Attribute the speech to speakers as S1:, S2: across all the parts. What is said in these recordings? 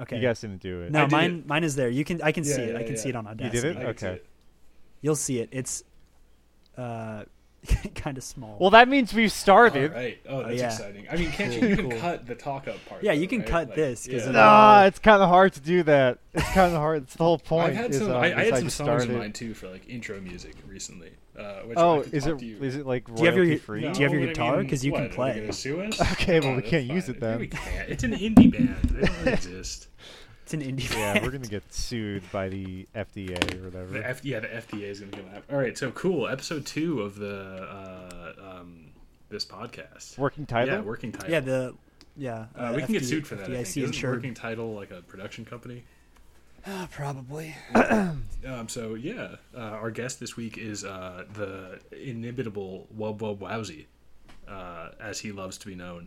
S1: Okay.
S2: You guys didn't do it.
S1: no,
S3: I did
S1: mine mine is there. You can I can
S3: Yeah,
S1: see it. I
S3: yeah,
S1: can see
S3: yeah.
S1: it on
S2: you
S1: Audacity.
S2: did it.
S3: I can see
S2: Okay.
S3: it.
S1: You'll see it. It's uh kind of small.
S2: Well, that means we've started.
S3: All right. Oh, that's
S1: yeah.
S3: exciting. I mean, can't
S1: Cool,
S3: you? You can
S1: cool.
S3: cut the talk up part.
S1: Yeah, you
S3: though,
S1: can
S3: right?
S1: cut this, 'cause
S3: yeah.
S1: it-
S2: Nah,
S1: Uh,
S2: it's kind of hard to do that. It's kind of hard. It's the whole point.
S3: I've had
S2: is,
S3: some.
S2: um,
S3: I,
S2: is
S3: I had some
S2: just
S3: songs
S2: started-
S3: in mind too for like intro music recently. Uh, which
S2: Oh,
S3: I could
S2: is
S3: talk
S2: it
S3: to you.
S2: is it like
S1: Do you have your-
S2: royalty free?
S1: do you have your
S3: but I
S1: guitar?
S3: mean,
S1: 'Cause you can
S3: what, are they
S1: play.
S3: gonna sue us? Oh,
S2: Okay, well, we
S3: that's
S2: can't use
S3: fine.
S2: it then.
S3: We can't. It's an indie band. They don't exist.
S1: it's an indie.
S2: yeah, we're
S1: band.
S2: gonna get sued by the FDA or
S3: The
S2: whatever.
S3: F- yeah, the FDA is going to come after. All right, so cool. Episode two of the uh, um, this podcast.
S2: Working title.
S3: Yeah, working title.
S1: yeah, the yeah.
S3: uh, we can get sued for that.
S1: FDIC
S3: I think. Isn't
S1: insured.
S3: working title like a production company?
S1: Ah, probably.
S3: Um, so yeah, uh, our guest this week is uh, the inimitable Wub Wub Wowsy, uh, as he loves to be known.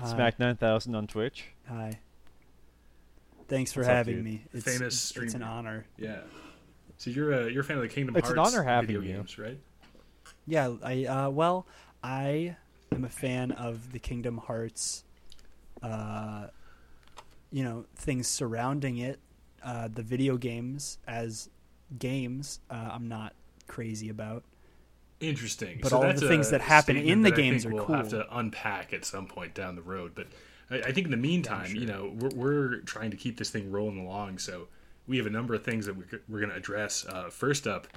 S1: Hi.
S2: Smack nine thousand on Twitch.
S1: Hi. Thanks for
S2: What's up,
S1: having
S2: dude?
S1: me. It's,
S3: Famous
S1: it's- It's an
S3: streamer.
S1: honor.
S3: Yeah. So you're a you're a fan of the Kingdom
S2: It's an
S3: Hearts
S2: honor having
S3: video
S2: you.
S3: games, right?
S1: Yeah, I uh, well, I am a fan of the Kingdom Hearts, uh, you know, things surrounding it, uh, the video games as games. Uh, I'm not crazy about.
S3: Interesting.
S1: But
S3: So
S1: all of
S3: that's
S1: the things
S3: a
S1: that happen
S3: statement
S1: in the
S3: that I
S1: games
S3: think
S1: are
S3: We'll have
S1: cool.
S3: to unpack at some point down the road, but I, I think in the meantime, you know, we're, we're trying to keep this thing rolling along. So we have a number of things that we're, g- we're going to address. Uh, first up,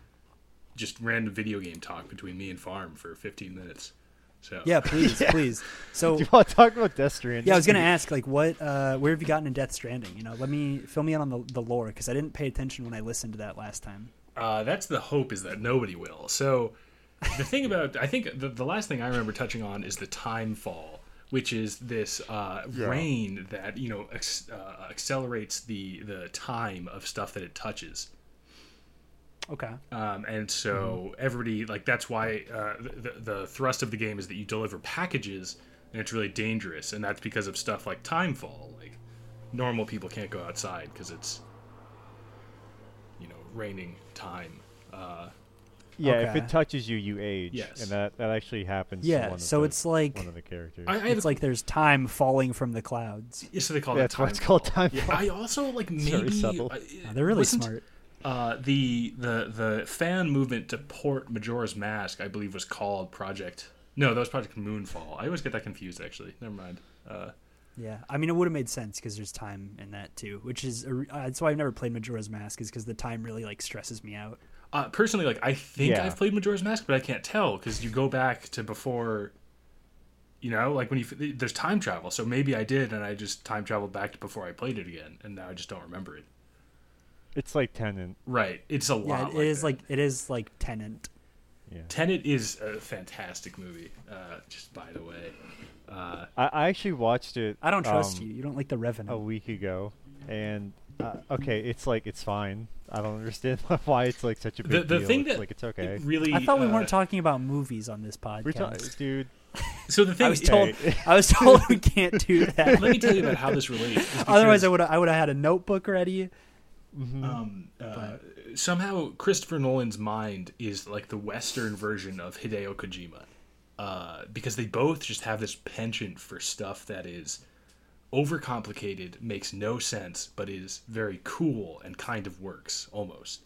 S3: just random video game talk between me and Farm for 15 minutes. So
S1: Yeah, please, please. So
S2: Do you want to talk about Death Stranding?
S1: yeah, I was gonna ask like, what, uh, where have you gotten in Death Stranding? You know, let me fill me in on the the lore because I didn't pay attention when I listened to that last time.
S3: Uh, that's the hope is that nobody will. So the thing about I think the, the last thing I remember touching on is the time fall, which is this uh, rain that you know ex- uh, accelerates the the time of stuff that it touches.
S1: Okay.
S3: Um,
S1: Mm-hmm.
S3: and so everybody like that's why uh, the, the thrust of the game is that you deliver packages and it's really dangerous and that's because of stuff like time fall like normal people can't go outside because it's you know raining time uh,
S2: Yeah, if
S1: Okay.
S2: it touches you, you age.
S3: Yes.
S2: And that, that actually happens. to
S1: Yeah.
S2: one of
S1: So
S2: the-
S1: it's like
S2: one of the characters.
S3: I, I have
S1: it's like there's time falling from the clouds.
S3: Yeah, so they call
S2: That's
S3: that
S2: why
S3: time
S2: it's called
S3: fall.
S2: time
S3: Yeah,
S2: fall.
S3: I also like
S2: It's very
S3: maybe
S2: subtle.
S3: uh,
S1: Wow, they're really
S3: wasn't,
S1: smart.
S3: Uh, the the the fan movement to port Majora's Mask, I believe, was called Project. No, that was Project Moonfall. I always get that confused. Actually, never mind. Uh,
S1: Yeah, I mean, it would have made sense because there's time in that too, which is a re- uh, that's why I've never played Majora's Mask is because the time really like stresses me out.
S3: uh, personally, like I think
S2: Yeah.
S3: I've played Majora's Mask, but I can't tell because you go back to before. You know, like when you f- there's time travel, so maybe I did, and I just time traveled back to before I played it again, and now I just don't remember it.
S2: It's like Tenant.
S3: Right, it's a
S1: Yeah,
S3: lot.
S1: it is
S3: that.
S1: like uh, it is like Tenant.
S2: Yeah.
S3: Tenet is a fantastic movie. Uh, just by the way, uh,
S2: I, I actually watched it.
S1: I don't trust
S2: um,
S1: you. You don't like the
S2: A
S1: Revenant.
S2: week ago, and uh, okay, it's like it's fine. I don't understand why it's like such a
S3: the
S2: big
S3: the
S2: deal.
S3: thing
S2: it's
S3: that
S2: like it's okay.
S3: it really
S1: I thought we
S3: uh,
S1: weren't talking about movies on this podcast.
S2: We're ta- dude.
S3: So the thing
S1: I was told. I was told we can't do that.
S3: Let me tell you about how this relates. is
S1: Otherwise,
S3: because,
S1: I would I would have had a notebook ready.
S3: um, uh, somehow Christopher Nolan's mind is like the Western version of Hideo Kojima, uh, because they both just have this penchant for stuff that is overcomplicated, makes no sense, but is very cool and kind of works almost.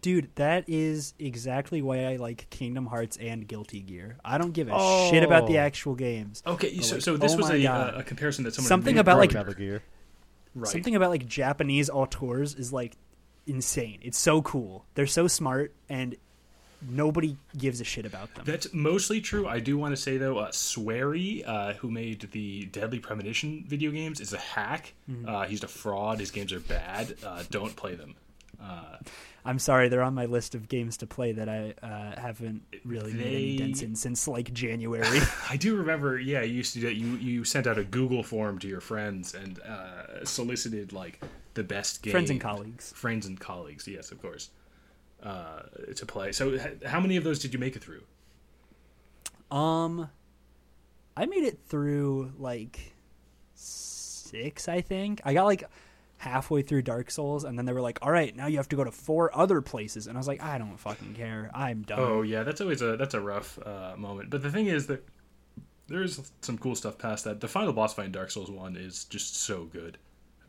S1: Dude, that is exactly why I like Kingdom Hearts and Guilty Gear. I don't give a shit about the
S2: Oh.
S1: actual games.
S3: Okay, so,
S1: like,
S3: so this
S1: oh
S3: was
S1: my
S3: a,
S1: God.
S3: uh, a comparison that someone
S1: Something
S3: made
S1: about, like-
S3: earlier.
S2: Metal Gear.
S3: right.
S1: something about like Japanese auteurs is like insane. It's so cool. They're so smart and nobody gives a shit about them.
S3: That's mostly true. I do want to say though, uh, Swery, uh, who made the Deadly Premonition video games, is a hack. Uh, he's a fraud. His games are bad. Uh, don't play them. Uh,
S1: I'm sorry, they're on my list of games to play that I uh, haven't really made any
S3: They-
S1: dents in since like January.
S3: I do remember. Yeah, you used to do that. You you sent out a Google form to your friends and uh, solicited like the best games.
S1: Friends and colleagues.
S3: Friends and colleagues. Yes, of course. Uh, to play. So, h- how many of those did you make it through?
S1: Um, I made it through like six, I think. I got like halfway through Dark Souls, and then they were like, "All right, now you have to go to four other places," and I was like, "I don't fucking care. I'm done."
S3: Oh yeah, that's always a that's a rough uh, moment. But the thing is that there's some cool stuff past that. The final boss fight in Dark Souls One is just so good.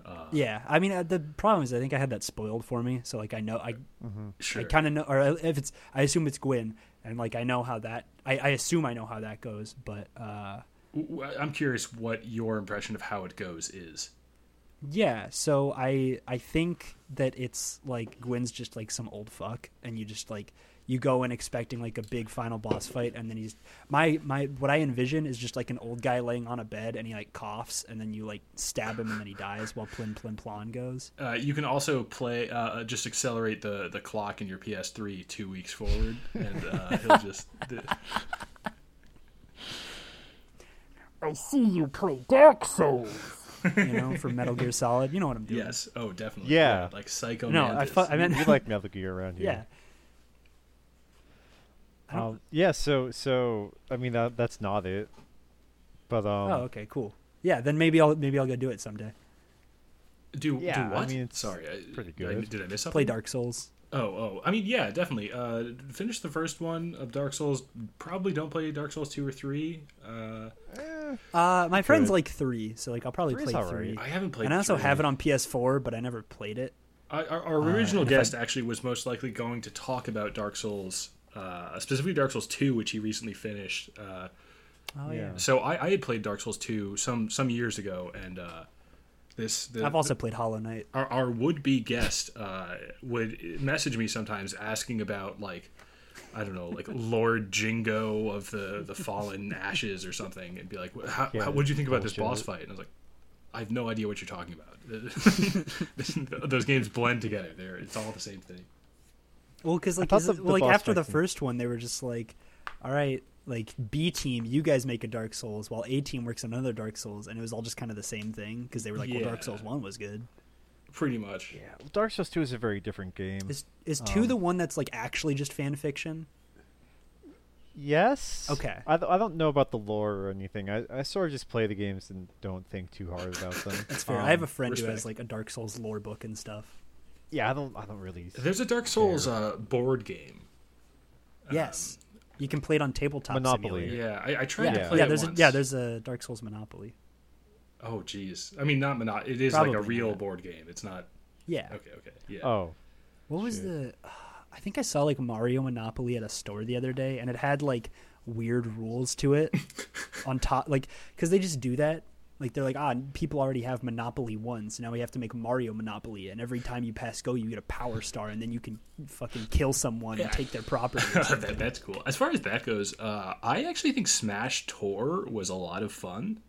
S3: Oh.
S1: yeah, I mean uh, the problem is I think I had that spoiled for me, so like I know I
S3: Sure.
S1: I kind of know, or if it's, I assume it's Gwyn, and like I know how that, I, I assume I know how that goes, but uh,
S3: W- w- I'm curious what your impression of how it goes is.
S1: yeah. So I, I think that it's like Gwyn's just like some old fuck, and you just like you go in expecting like a big final boss fight, and then he's my my what I envision is just like an old guy laying on a bed, and he like coughs, and then you like stab him, and then he dies while plim plim plon goes.
S3: Uh, you can also play uh, just accelerate the, the clock in your PS3 two weeks forward, and uh, he'll just
S4: I see you play Dark Souls.
S1: You know, for Metal Gear Solid, you know what I'm doing.
S3: yes, oh definitely,
S2: Yeah.
S3: like Psycho.
S1: No, I
S3: Mantis.
S1: fu- I meant
S2: we like Metal Gear around here.
S1: yeah. I don't-
S2: Um, yeah. So so I mean that that's not it. But um.
S1: Oh, okay, cool. Yeah, then maybe I'll maybe I'll go do it someday.
S3: do
S2: Yeah,
S3: do
S2: I
S3: what?
S2: mean, it's
S3: Sorry, I,
S2: pretty
S3: did I-
S2: good.
S3: Did I miss something?
S1: Play Dark Souls.
S3: Oh, oh, I mean, yeah, definitely. Uh, finish the first one of Dark Souls. Probably don't play Dark Souls two or three. Uh,
S2: eh,
S1: Uh, my friends
S2: Good.
S1: like three, so like I'll probably
S2: Three's
S1: play
S2: alright.
S1: three.
S3: I haven't played.
S1: And I also have
S3: three.
S1: it on Uh, PS4, but I never played it.
S3: I, our, our original guest actually was most likely going to talk about Dark Souls, uh, specifically Dark Souls two, which he recently finished. Uh,
S1: Oh yeah,
S2: yeah.
S3: So I, I had played Dark Souls two some some years ago, and uh, this the,
S1: I've also played Hollow Knight.
S3: our, our would be guest uh, would message me sometimes asking about like I don't know like Lord Jingo of the the Fallen Ashes or something, and be like, "Wha- how,
S2: Yeah,
S3: how what do you think about this
S2: bullshit.
S3: boss fight? And I was like. I have no idea what you're talking about. Those games blend together. There, it's all the same thing.
S1: Well, because like
S2: thought
S1: is
S2: the-
S1: it-
S2: the
S1: well, like
S2: boss
S1: after the
S2: fights in-
S1: first one, they were just like, all right, like B team, you guys make a Dark Souls, while A team works on another Dark Souls, and it was all just kind of the same thing because they were like, well,
S3: Yeah.
S1: Dark Souls one was good.
S3: Pretty much.
S2: yeah. Dark Souls Two is a very different game.
S1: Is is two the one that's like actually just fan fiction?
S2: Yes.
S1: Okay.
S2: I, th- I don't know about the lore or anything. I, I sort of just play the games and don't think too hard about them.
S1: That's fair.
S2: Um,
S1: I have a friend who has
S3: respect.
S1: like a Dark Souls lore book and stuff.
S2: yeah. I don't I don't really.
S3: There's a Dark Souls uh, board game.
S1: Yes, Um, you can play it on tabletop.
S2: Monopoly.
S1: Simulator.
S3: Yeah, I, I tried to
S2: Yeah.
S3: play
S1: yeah,
S3: it
S1: there's
S3: once.
S1: A, yeah, there's a Dark Souls Monopoly.
S3: Oh, jeez. I mean, not monot. It is like a
S1: Probably
S3: real
S1: not.
S3: board game. It's not.
S1: Yeah.
S3: Okay, okay. Yeah.
S2: Oh.
S1: What was the? I think I saw like Mario Monopoly at a store the other day, and it had like weird rules to it on top, like because they just do that. Like they're like, ah, people already have Monopoly one, so now we have to make Mario Monopoly, and every time you pass go, you get a power star, and then you can fucking kill someone and take their property. or something.
S3: that, that's cool. As far as that goes, uh, I actually think Smash Tour was a lot of fun.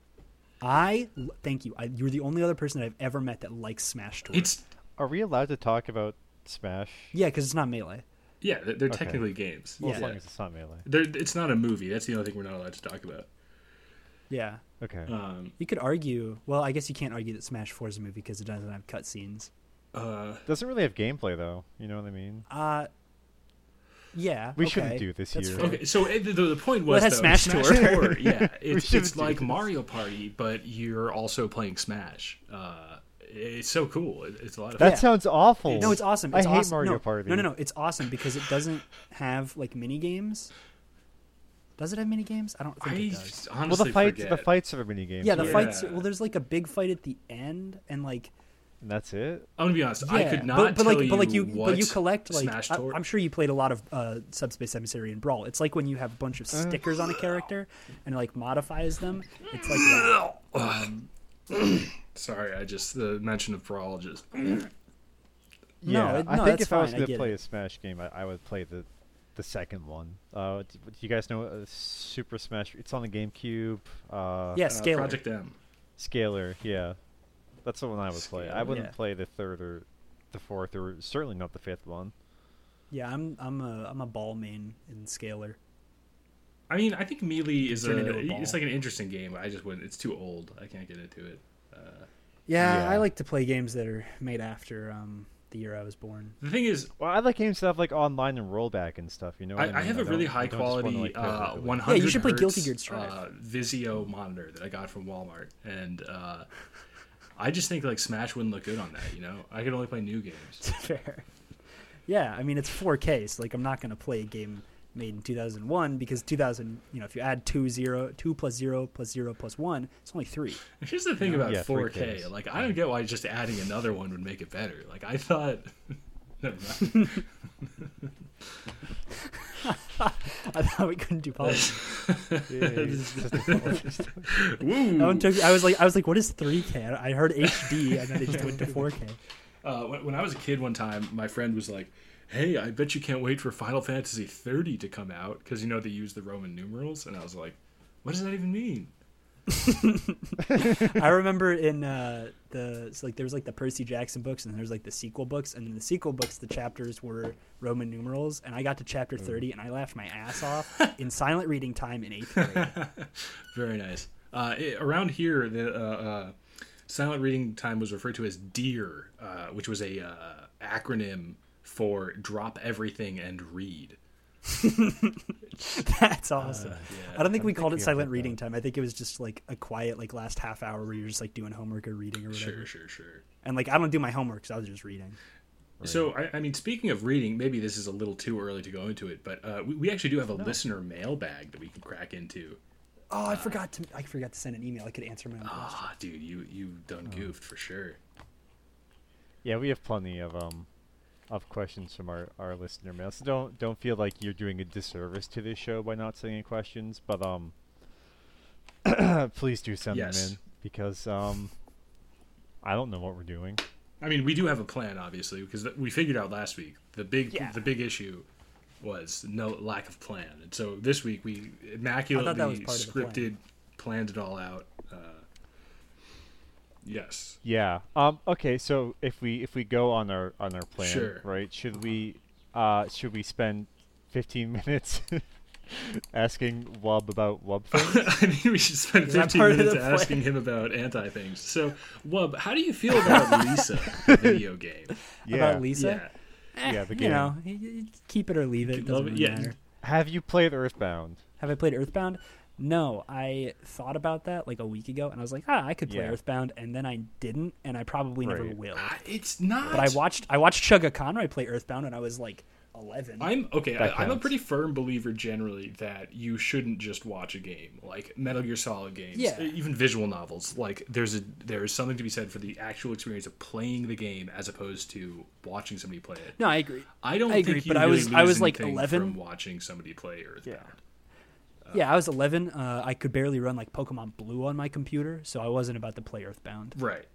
S1: I thank you. I, you're the only other person that I've ever met that likes Smash Tour.
S3: It's
S2: Are we allowed to talk about Smash?
S1: yeah, because it's not melee.
S3: yeah, they're, they're technically games.
S2: Well,
S1: Yeah.
S2: as long as it's not melee.
S3: They're, it's not a movie. That's the only thing we're not allowed to talk about.
S1: Yeah.
S2: Okay.
S3: Um,
S1: You could argue. Well, I guess you can't argue that Smash Four is a movie because it doesn't have cutscenes.
S3: uh,
S2: Doesn't really have gameplay though. You know what I mean?
S1: Uh, yeah.
S2: We
S1: okay.
S2: shouldn't do this
S1: That's
S2: year.
S1: fair.
S3: okay, so eh, the, the point was
S1: Well, it has
S3: though,
S1: Smash Tour.
S3: yeah, it's,
S2: should
S3: it's
S2: do
S3: like
S2: this.
S3: Mario Party, but you're also playing Smash. Uh, it's so cool. It, it's a lot of
S2: That
S1: Yeah.
S2: sounds awful.
S1: No, it's awesome. It's
S2: I hate
S1: awesome.
S2: Mario
S1: no,
S2: Party.
S1: No, no, no. It's awesome because it doesn't have like mini games. Does it have mini games? I don't
S3: fun.
S1: think it
S3: I
S1: does.
S2: Well,
S3: honestly
S2: the fights the
S3: forget.
S2: fights are a mini game.
S1: Yeah, the
S3: Yeah.
S1: fights. Well, there's like a big fight at the end, and like
S2: And that's it.
S3: I'm gonna be honest. I
S1: yeah,
S3: could not
S1: But, but
S3: tell
S1: like, but like you,
S3: what
S1: but you collect like.
S3: Smash
S1: I,
S3: Tour-
S1: am sure you played a lot of uh, Subspace Emissary and Brawl. It's like when you have a bunch of
S2: Uh.
S1: stickers on a character and like modifies them. It's like that.
S3: Sorry, I just the mention of brawl just.
S1: No,
S2: yeah,
S1: it-
S2: I
S1: no,
S2: think
S1: that's
S2: if I was
S1: fine, I
S2: going to
S1: get
S2: play
S1: it.
S2: a Smash game, I, I would play the the second one. Uh, d- do you guys know uh, Super Smash? It's on the GameCube. Uh,
S1: yeah,
S3: Uh,
S1: scalar.
S3: Project M.
S2: Scalar, yeah, that's the one I would play. I
S3: Scalar.
S2: wouldn't
S1: Yeah.
S2: play the third or the fourth, or certainly not the fifth one.
S1: Yeah, I'm I'm a I'm a ball main in scalar.
S3: I mean, I think Melee is
S1: Turn
S3: a,
S1: into a ball.
S3: it's like an interesting game. I just wouldn't. It's too old. I can't get into it.
S1: Yeah, I
S2: Yeah.
S1: like to play games that are made after um, the year I was born.
S3: The thing is,
S2: Well, I like games that have like online and rollback and stuff. You know, what
S3: I, I
S2: mean?
S3: have a
S2: don't-
S3: really
S2: I
S3: high
S2: don't just wanna,
S3: quality
S2: like, play
S3: uh,
S2: rollback.
S3: 100.
S1: Yeah, you should play Guilty
S3: hertz,
S1: Gear Strive.
S3: Uh, Vizio monitor that I got from Walmart, and uh, I just think like Smash wouldn't look good on that. You know, I could only play new games.
S1: Fair. Yeah, I mean it's 4K, so like I'm not gonna play a game made in 2001 because 2000 you know if you add 2 0 2 plus 0 plus 0 plus 1 it's only 3
S3: Here's the thing about
S2: yeah, free
S3: 4K.
S2: kids.
S3: Like, I don't get why just adding another one would make it better. Like, I thought. Never mind.
S1: i thought we couldn't do politics
S2: Yay.
S3: Woo!
S1: that one took, i was like i was like what is 3k i heard hd and then it just went to 4k
S3: Uh, when, when I was a kid, one time, my friend was like, "Hey, I bet you can't wait for Final Fantasy 30 to come out because you know they use the Roman numerals." And I was like, "What does that even mean?"
S1: I remember in uh, the so like there was like the Percy Jackson books and there's like the sequel books and in the sequel books the chapters were Roman numerals and I got to chapter thirty and I laughed my ass off in silent reading time in eighth grade.
S3: Very nice. Uh, i around here, the uh, uh, silent reading time was referred to as DEAR, uh, which was a uh, acronym for drop everything and read.
S1: That's awesome. I don't think we called it
S2: thinking of
S1: silent
S2: it,
S1: reading time. I think it was just like a quiet like last half hour where you're just like doing homework or reading or whatever.
S3: Sure, sure, sure.
S1: And like I don't do my homework, so I was just reading.
S3: So, I, I mean, speaking of reading, maybe this is a little too early to go into it, but uh, we, we actually do have a listener mailbag that we can crack into.
S1: Oh, I forgot to I forgot to send an email. I could answer my own. question.
S3: Ah, dude, you you done goofed for sure.
S2: yeah, we have plenty of um of questions from our, our listener mail. So don't don't feel like you're doing a disservice to this show by not sending in questions, but um please do send
S3: Yes.
S2: them in because um I don't know what we're doing.
S3: I mean, we do have a plan, obviously, because th- we figured out last week the big
S1: Yeah.
S3: the big issue was no lack of plan, and so this week we
S1: I thought that was
S3: immaculately
S1: part of the plan.
S3: scripted, planned it all out. Uh, yes,
S2: Yeah. Um. Okay. So if we if we go on our on our plan,
S3: Sure.
S2: right? Should we uh should we spend fifteen minutes asking Wub about Wub things?
S3: I mean, we should spend
S1: that
S3: 15
S1: part of
S3: minutes
S1: the plan?
S3: asking him about anti things. So, Wub, how do you feel about Lisa, the video game?
S2: yeah.
S1: About Lisa,
S2: Yeah. The game.
S1: you know, y- y- keep it or leave it. it doesn't
S3: Love it,
S1: really
S3: yeah.
S1: matter.
S2: Have you played Earthbound?
S1: Have I played Earthbound? No, I thought about that like a week ago, and I was like, ah, I could play
S2: Yeah.
S1: Earthbound, and then I didn't, and I probably never
S2: Right.
S1: will.
S3: Ah, It's not.
S1: But I watched I watched Chugga Conroy play Earthbound, and I was like eleven.
S3: I'm okay. I,
S2: That
S3: I'm a
S2: counts.
S3: pretty firm believer generally that you shouldn't just watch a game like Metal Gear Solid games, e,
S1: Yeah.
S3: even visual novels. Like there's a there is something to be said for the actual experience of playing the game as opposed to watching somebody play it.
S1: no, I agree.
S3: I don't
S1: I agree,
S3: think you
S1: but I
S3: really
S1: was- I
S3: lose
S1: was, like,
S3: anything
S1: 11.
S3: from watching somebody play Earthbound.
S1: yeah, I was eleven. Uh, I could barely run like Pokemon Blue on my computer, so I wasn't about to play Earthbound,
S3: Right.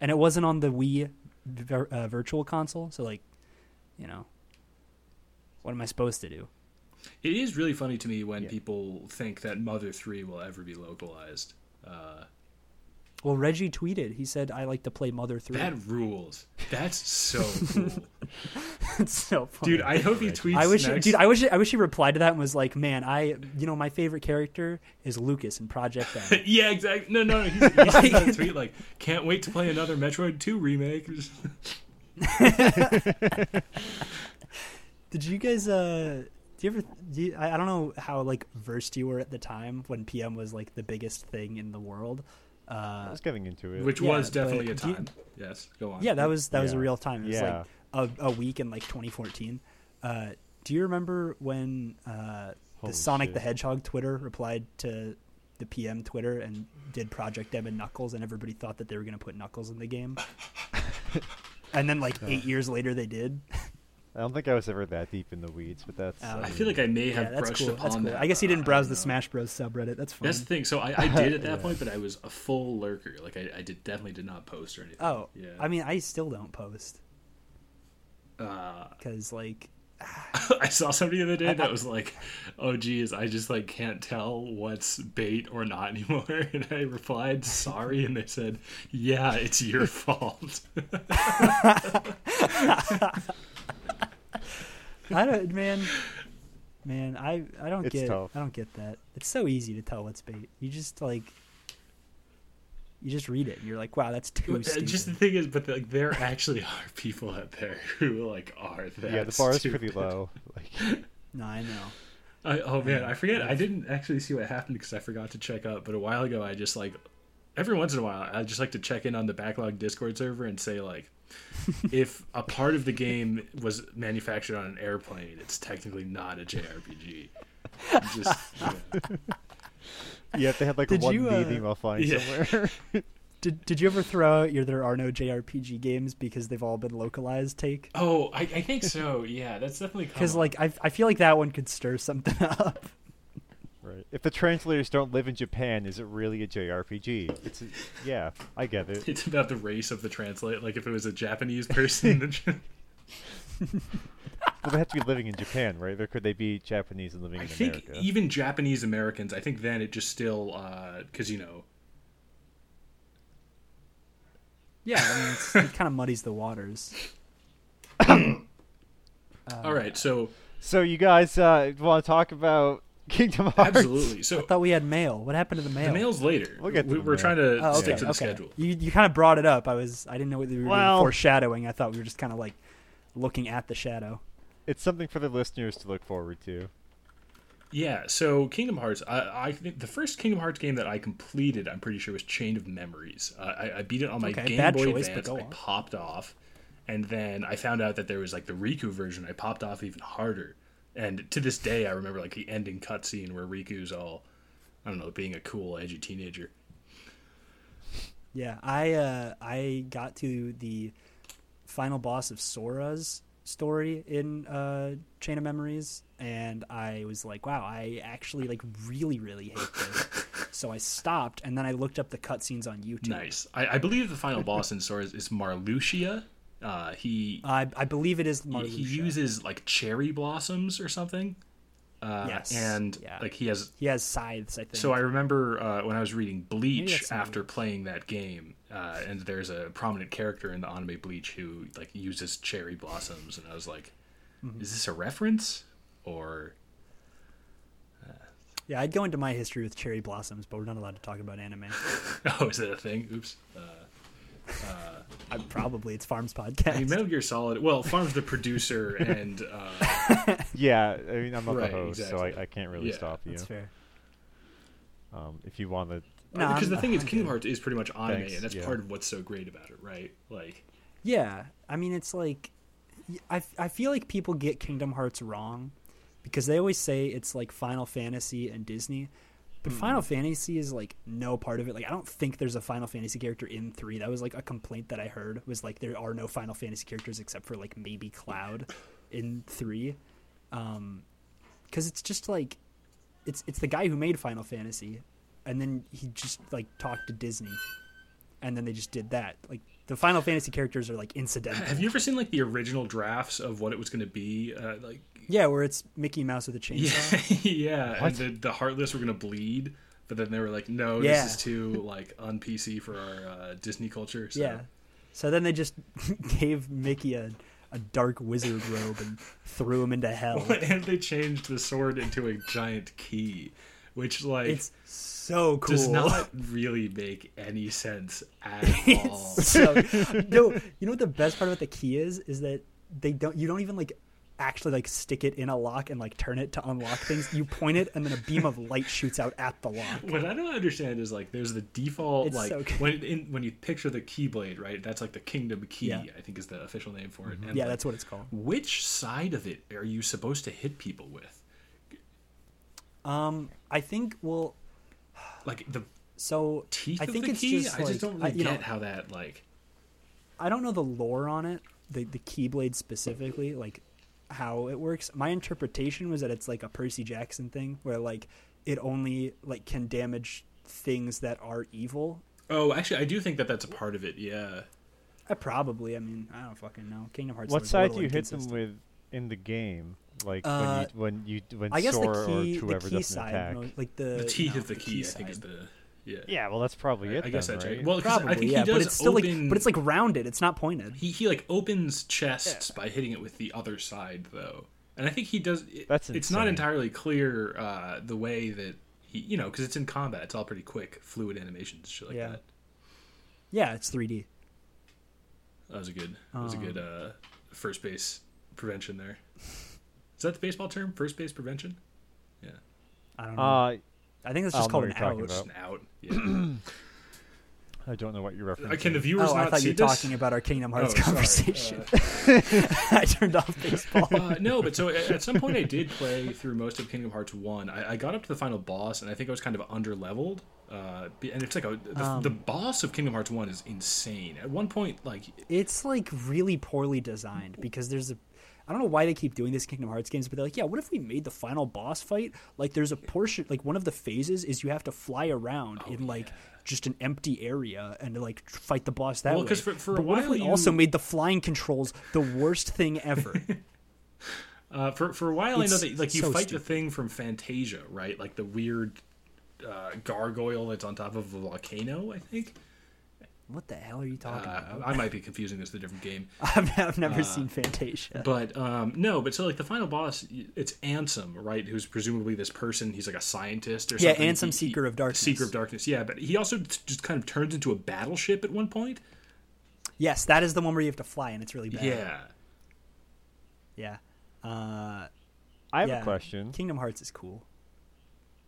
S1: and it wasn't on the Wii vir- uh, Virtual Console. So like, you know, what am I supposed to do?
S3: It is really funny to me when
S2: Yeah.
S3: people think that Mother 3 will ever be localized. Uh,
S1: Well, Reggie tweeted. He said, "I like to play Mother 3.
S3: that rules. That's so cool.
S1: That's so funny.
S3: Dude, I hope he tweets
S1: I wish,
S3: next.
S1: dude. I wish, I wish he replied to that and was like, "Man, I, you know, my favorite character is Lucas in Project M."
S3: Yeah, exactly. No, no, no. He's, he's sent out a tweet like, "Can't wait to play another Metroid Two remake."
S1: Did you guys, uh, do you ever? Do you, I, I don't know how like versed you were at the time when PM was like the biggest thing in the world.
S2: I
S1: Uh,
S2: was getting into it.
S3: Which
S1: Yeah,
S3: was definitely a
S1: but do you-
S3: time. yes, go on.
S1: yeah, that was that was a
S2: Yeah.
S1: real time. It was
S2: Yeah.
S1: like a, a week in like 2014. Uh, do you remember when uh, the
S2: Holy
S1: Sonic the
S2: shit.
S1: Hedgehog Twitter replied to the PM Twitter and did Project M and Knuckles, and everybody thought that they were going to put Knuckles in the game? and then, like eight years later, they did.
S2: I don't think I was ever that deep in the weeds, but that's.
S1: Oh.
S3: Uh, I feel like I may
S1: Yeah,
S3: have
S1: that's
S3: brushed
S1: cool.
S3: upon
S1: That's cool.
S3: that.
S1: I guess he
S3: uh,
S1: didn't browse
S3: don't
S1: the
S3: know.
S1: Smash Bros subreddit. That's fine.
S3: That's the thing. So I, I did at that point, but I was a full lurker. Like I, I did definitely did not post or anything.
S1: oh,
S3: yeah.
S1: I mean, I still don't post
S3: uh,
S1: because, like,
S3: I saw somebody the other day that was like, "Oh, geez, I just like can't tell what's bait or not anymore." And I replied, "Sorry," and they said, "Yeah, it's your fault."
S1: I don't, man. Man, I I don't
S2: It's
S1: get
S2: tough.
S1: I don't get that. It's so easy to tell what's bait. You just like you just read it and you're like, wow, that's too
S3: Uh,
S1: stupid.
S3: Just the thing is, but like there actually are people out there who like are that.
S2: yeah, the bar is
S3: stupid.
S2: pretty low. Like,
S1: no, I know.
S3: I, oh man, I forget. I didn't actually see what happened because I forgot to check up. But a while ago, I just like every once in a while, I just like to check in on the backlog Discord server and say like, if a part of the game was manufactured on an airplane, it's technically not a JRPG. You just, yeah.
S2: You have to have like
S1: Did
S2: one
S1: you, uh,
S2: meeting while flying
S3: yeah.
S2: somewhere.
S1: Did, did you ever throw out your there are no JRPG games because they've all been localized take?
S3: Oh, I, I think so. Yeah, that's definitely
S1: Because
S3: common.
S1: like I, I feel like that one could stir something up.
S2: right. If the translators don't live in Japan, is it really a JRPG? It's a, yeah, I get it.
S3: it's about the race of the translate. Like if it was a Japanese person, the J-
S2: But they have to be living in Japan, right? Or could they be Japanese and living
S3: I
S2: in
S3: think
S2: America?
S3: even Japanese Americans. I think then it just still because you know
S1: Yeah, I mean, it's, it kind of muddies the waters. Um,
S3: All right, so
S2: so you guys uh, want to talk about Kingdom Hearts?
S3: absolutely. So
S1: Thought we had mail. What happened to the mail?
S3: the mail's later.
S2: We'll get to
S3: we,
S2: the
S3: we're
S2: mail.
S3: trying to
S1: Oh, okay,
S3: stick to the
S1: okay.
S3: schedule.
S1: You you kind of brought it up. I was I didn't know what you were
S2: Well-
S1: foreshadowing. I thought we were just kind of like looking at the shadow.
S2: It's something for the listeners to look forward to.
S3: Yeah. So Kingdom Hearts. I, I think the first Kingdom Hearts game that I completed, I'm pretty sure, was Chain of Memories. Uh, I, I beat it on my
S1: Okay,
S3: Game
S1: bad
S3: Boy
S1: choice, but
S3: Advance.
S1: go
S3: I
S1: on.
S3: popped off, and then I found out that there was like the Riku version. I popped off even harder, and to this day, I remember like the ending cutscene where Riku's all, I don't know, being a cool, edgy teenager.
S1: Yeah, I uh, I got to the final boss of Sora's story in uh, Chain of Memories, and I was like, wow, I actually like really really hate this. so I stopped, and then I looked up the cutscenes on YouTube.
S3: Nice. I, I believe the final boss in Sora is, is Marluxia. Uh, he
S1: I, I believe it is
S3: he-
S1: Marluxia.
S3: he uses like cherry blossoms or something. Uh,
S1: Yes,
S3: And
S1: yeah.
S3: like he has.
S1: He has scythes, I think.
S3: So I remember uh, when I was reading Bleach
S1: that's not
S3: after playing that game, uh, and there's a prominent character in the anime Bleach who like uses cherry blossoms, and I was like,
S1: Mm-hmm.
S3: is this a reference or?
S1: yeah, I'd go into my history with cherry blossoms, but we're not allowed to talk about anime.
S3: Oh, is that a thing? Oops. Uh,
S1: I, probably it's Farms podcast.
S3: I mean, Uh, Metal Gear Solid. Well, Farm's the producer, and uh,
S2: Yeah, I mean, I'm not
S3: Right,
S2: the host, so
S3: exactly.
S2: I, I can't really
S3: Yeah,
S2: stop you.
S1: That's fair.
S2: Um, if you want to,
S1: No,
S3: because
S1: I'm-
S3: the thing is,
S1: I'm
S3: Kingdom Hearts is pretty much anime,
S2: Thanks,
S3: and that's
S2: yeah.
S3: part of what's so great about it, right? Like,
S1: Yeah, I mean it's like y- I I feel like people get Kingdom Hearts wrong because they always say it's like Final Fantasy and Disney. But Final Fantasy is like no part of it. Like I don't think there's a Final Fantasy character in 3. That was like a complaint that I heard was like there are no Final Fantasy characters except for like maybe Cloud in 3. Um cuz it's just like it's it's the guy who made Final Fantasy and then he just like talked to Disney and then they just did that. Like the Final Fantasy characters are like incidental.
S3: Have you ever seen like the original drafts of what it was going to be? Uh, like,
S1: Yeah, where it's Mickey Mouse with a chainsaw.
S3: yeah, yeah.
S2: What?
S3: And the, the heartless were going to bleed, but then they were like, no,
S1: Yeah.
S3: this is too like on PC for our uh, Disney culture. So.
S1: Yeah. So then they just gave Mickey a, a dark wizard robe and threw him into hell.
S3: and they changed the sword into a giant key, which like
S1: It's so cool.
S3: does not really make any sense at all.
S1: It's so, no, you know what the best part about the key is? Is that they don't. You don't even like actually like stick it in a lock and like turn it to unlock things. You point it and then a beam of light shoots out at the lock.
S3: What I don't understand is like there's the default
S1: It's
S3: like
S1: so good.
S3: when in, when you picture the Keyblade, right? That's like the Kingdom Key,
S1: Yeah.
S3: I think is the official name for it. And,
S1: Yeah,
S3: like,
S1: that's what it's called.
S3: Which side of it are you supposed to hit people with?
S1: Um, I think well,
S3: Like the
S1: so
S3: teeth
S1: I think
S3: of the
S1: it's
S3: key?
S1: just
S3: I
S1: like,
S3: just don't really
S1: you know,
S3: get how that like.
S1: I don't know the lore on it, the the Keyblade specifically, like how it works. My interpretation was that it's like a Percy Jackson thing, where like it only like can damage things that are evil.
S3: Oh, actually, I do think that that's a part of it. Yeah.
S1: Uh, probably, I mean, I don't fucking know. Kingdom Hearts.
S2: what
S1: was a
S2: side
S1: little
S2: do you hit them
S1: inconsistent.
S2: with in the game? Like
S1: Uh,
S2: when you when you when
S1: I guess the
S2: Sora
S1: key,
S2: or whoever
S1: the key
S2: doesn't
S1: side,
S2: attack.
S1: mo- like the
S3: The teeth
S1: Uh, no,
S3: of the, key, I think, is
S1: side.
S3: the. Yeah.
S2: Yeah, well, that's probably it.
S3: I guess
S2: then,
S3: that's
S2: right.
S3: right. Well, 'cause
S1: Probably,
S3: I think
S1: yeah,
S3: he does
S1: but it's still
S3: open.
S1: like, but it's like rounded. It's not pointed.
S3: he he like opens chests by hitting it with the other side though and i think he does it,
S2: That's
S3: it's not
S2: insane.
S3: entirely clear uh the way that he you know because it's in combat it's all pretty quick fluid animations shit like
S1: Yeah.
S3: that
S1: Yeah, it's 3D.
S3: that was a good that was a
S1: Um.
S3: good uh first base prevention there is that the baseball term first base prevention
S1: I don't know.
S2: uh,
S1: I think that's
S2: I
S1: just
S2: don't know
S1: called an
S2: what you're talking
S1: out.
S2: about.
S3: Just an out yeah
S2: I don't know what you're referencing.
S3: Uh, Can the viewers
S1: Oh,
S3: not
S1: I thought
S3: see
S1: you were
S3: this?
S1: talking about our Kingdom Hearts
S3: sorry.
S1: conversation. I turned off baseball.
S3: Uh, no, but so at, at some point I did play through most of Kingdom Hearts One. I, I got up to the final boss, and I think I was kind of under leveled. Uh, be- and it's like a, the,
S1: Um.
S3: the boss of Kingdom Hearts One is insane. At one point, like
S1: it's like really poorly designed because there's a I don't know why they keep doing this Kingdom Hearts games, but they're like, yeah, what if we made the final boss fight? Like, there's a portion, like, one of the phases is you have to fly around
S3: Oh,
S1: in, like, just an empty area and, like, tr- fight the boss that
S3: Well,
S1: way.
S3: 'cause for- for a
S1: but what if
S3: while
S1: we also
S3: you-
S1: made the flying controls the worst thing ever?
S3: uh, for for a while, I know
S1: It's
S3: that like you
S1: so
S3: fight
S1: stupid.
S3: the thing from Fantasia, right? Like the weird uh, gargoyle that's on top of a volcano. I think
S1: what the hell are you talking
S3: uh,
S1: about?
S3: I might be confusing this with a different game.
S1: I've, I've never seen Fantasia.
S3: But um, no, but so like the final boss, it's Ansem, right? Who's presumably this person. He's like a scientist or
S1: Yeah,
S3: something.
S1: Ansem, Seeker of Darkness.
S3: Seeker of Darkness. Yeah, but he also t- just kind of turns into a battleship at one point.
S1: Yes, that is the one where you have to fly, and it's really bad.
S3: Yeah,
S1: Yeah. Uh,
S2: I have
S1: yeah.
S2: a question.
S1: Kingdom Hearts is cool.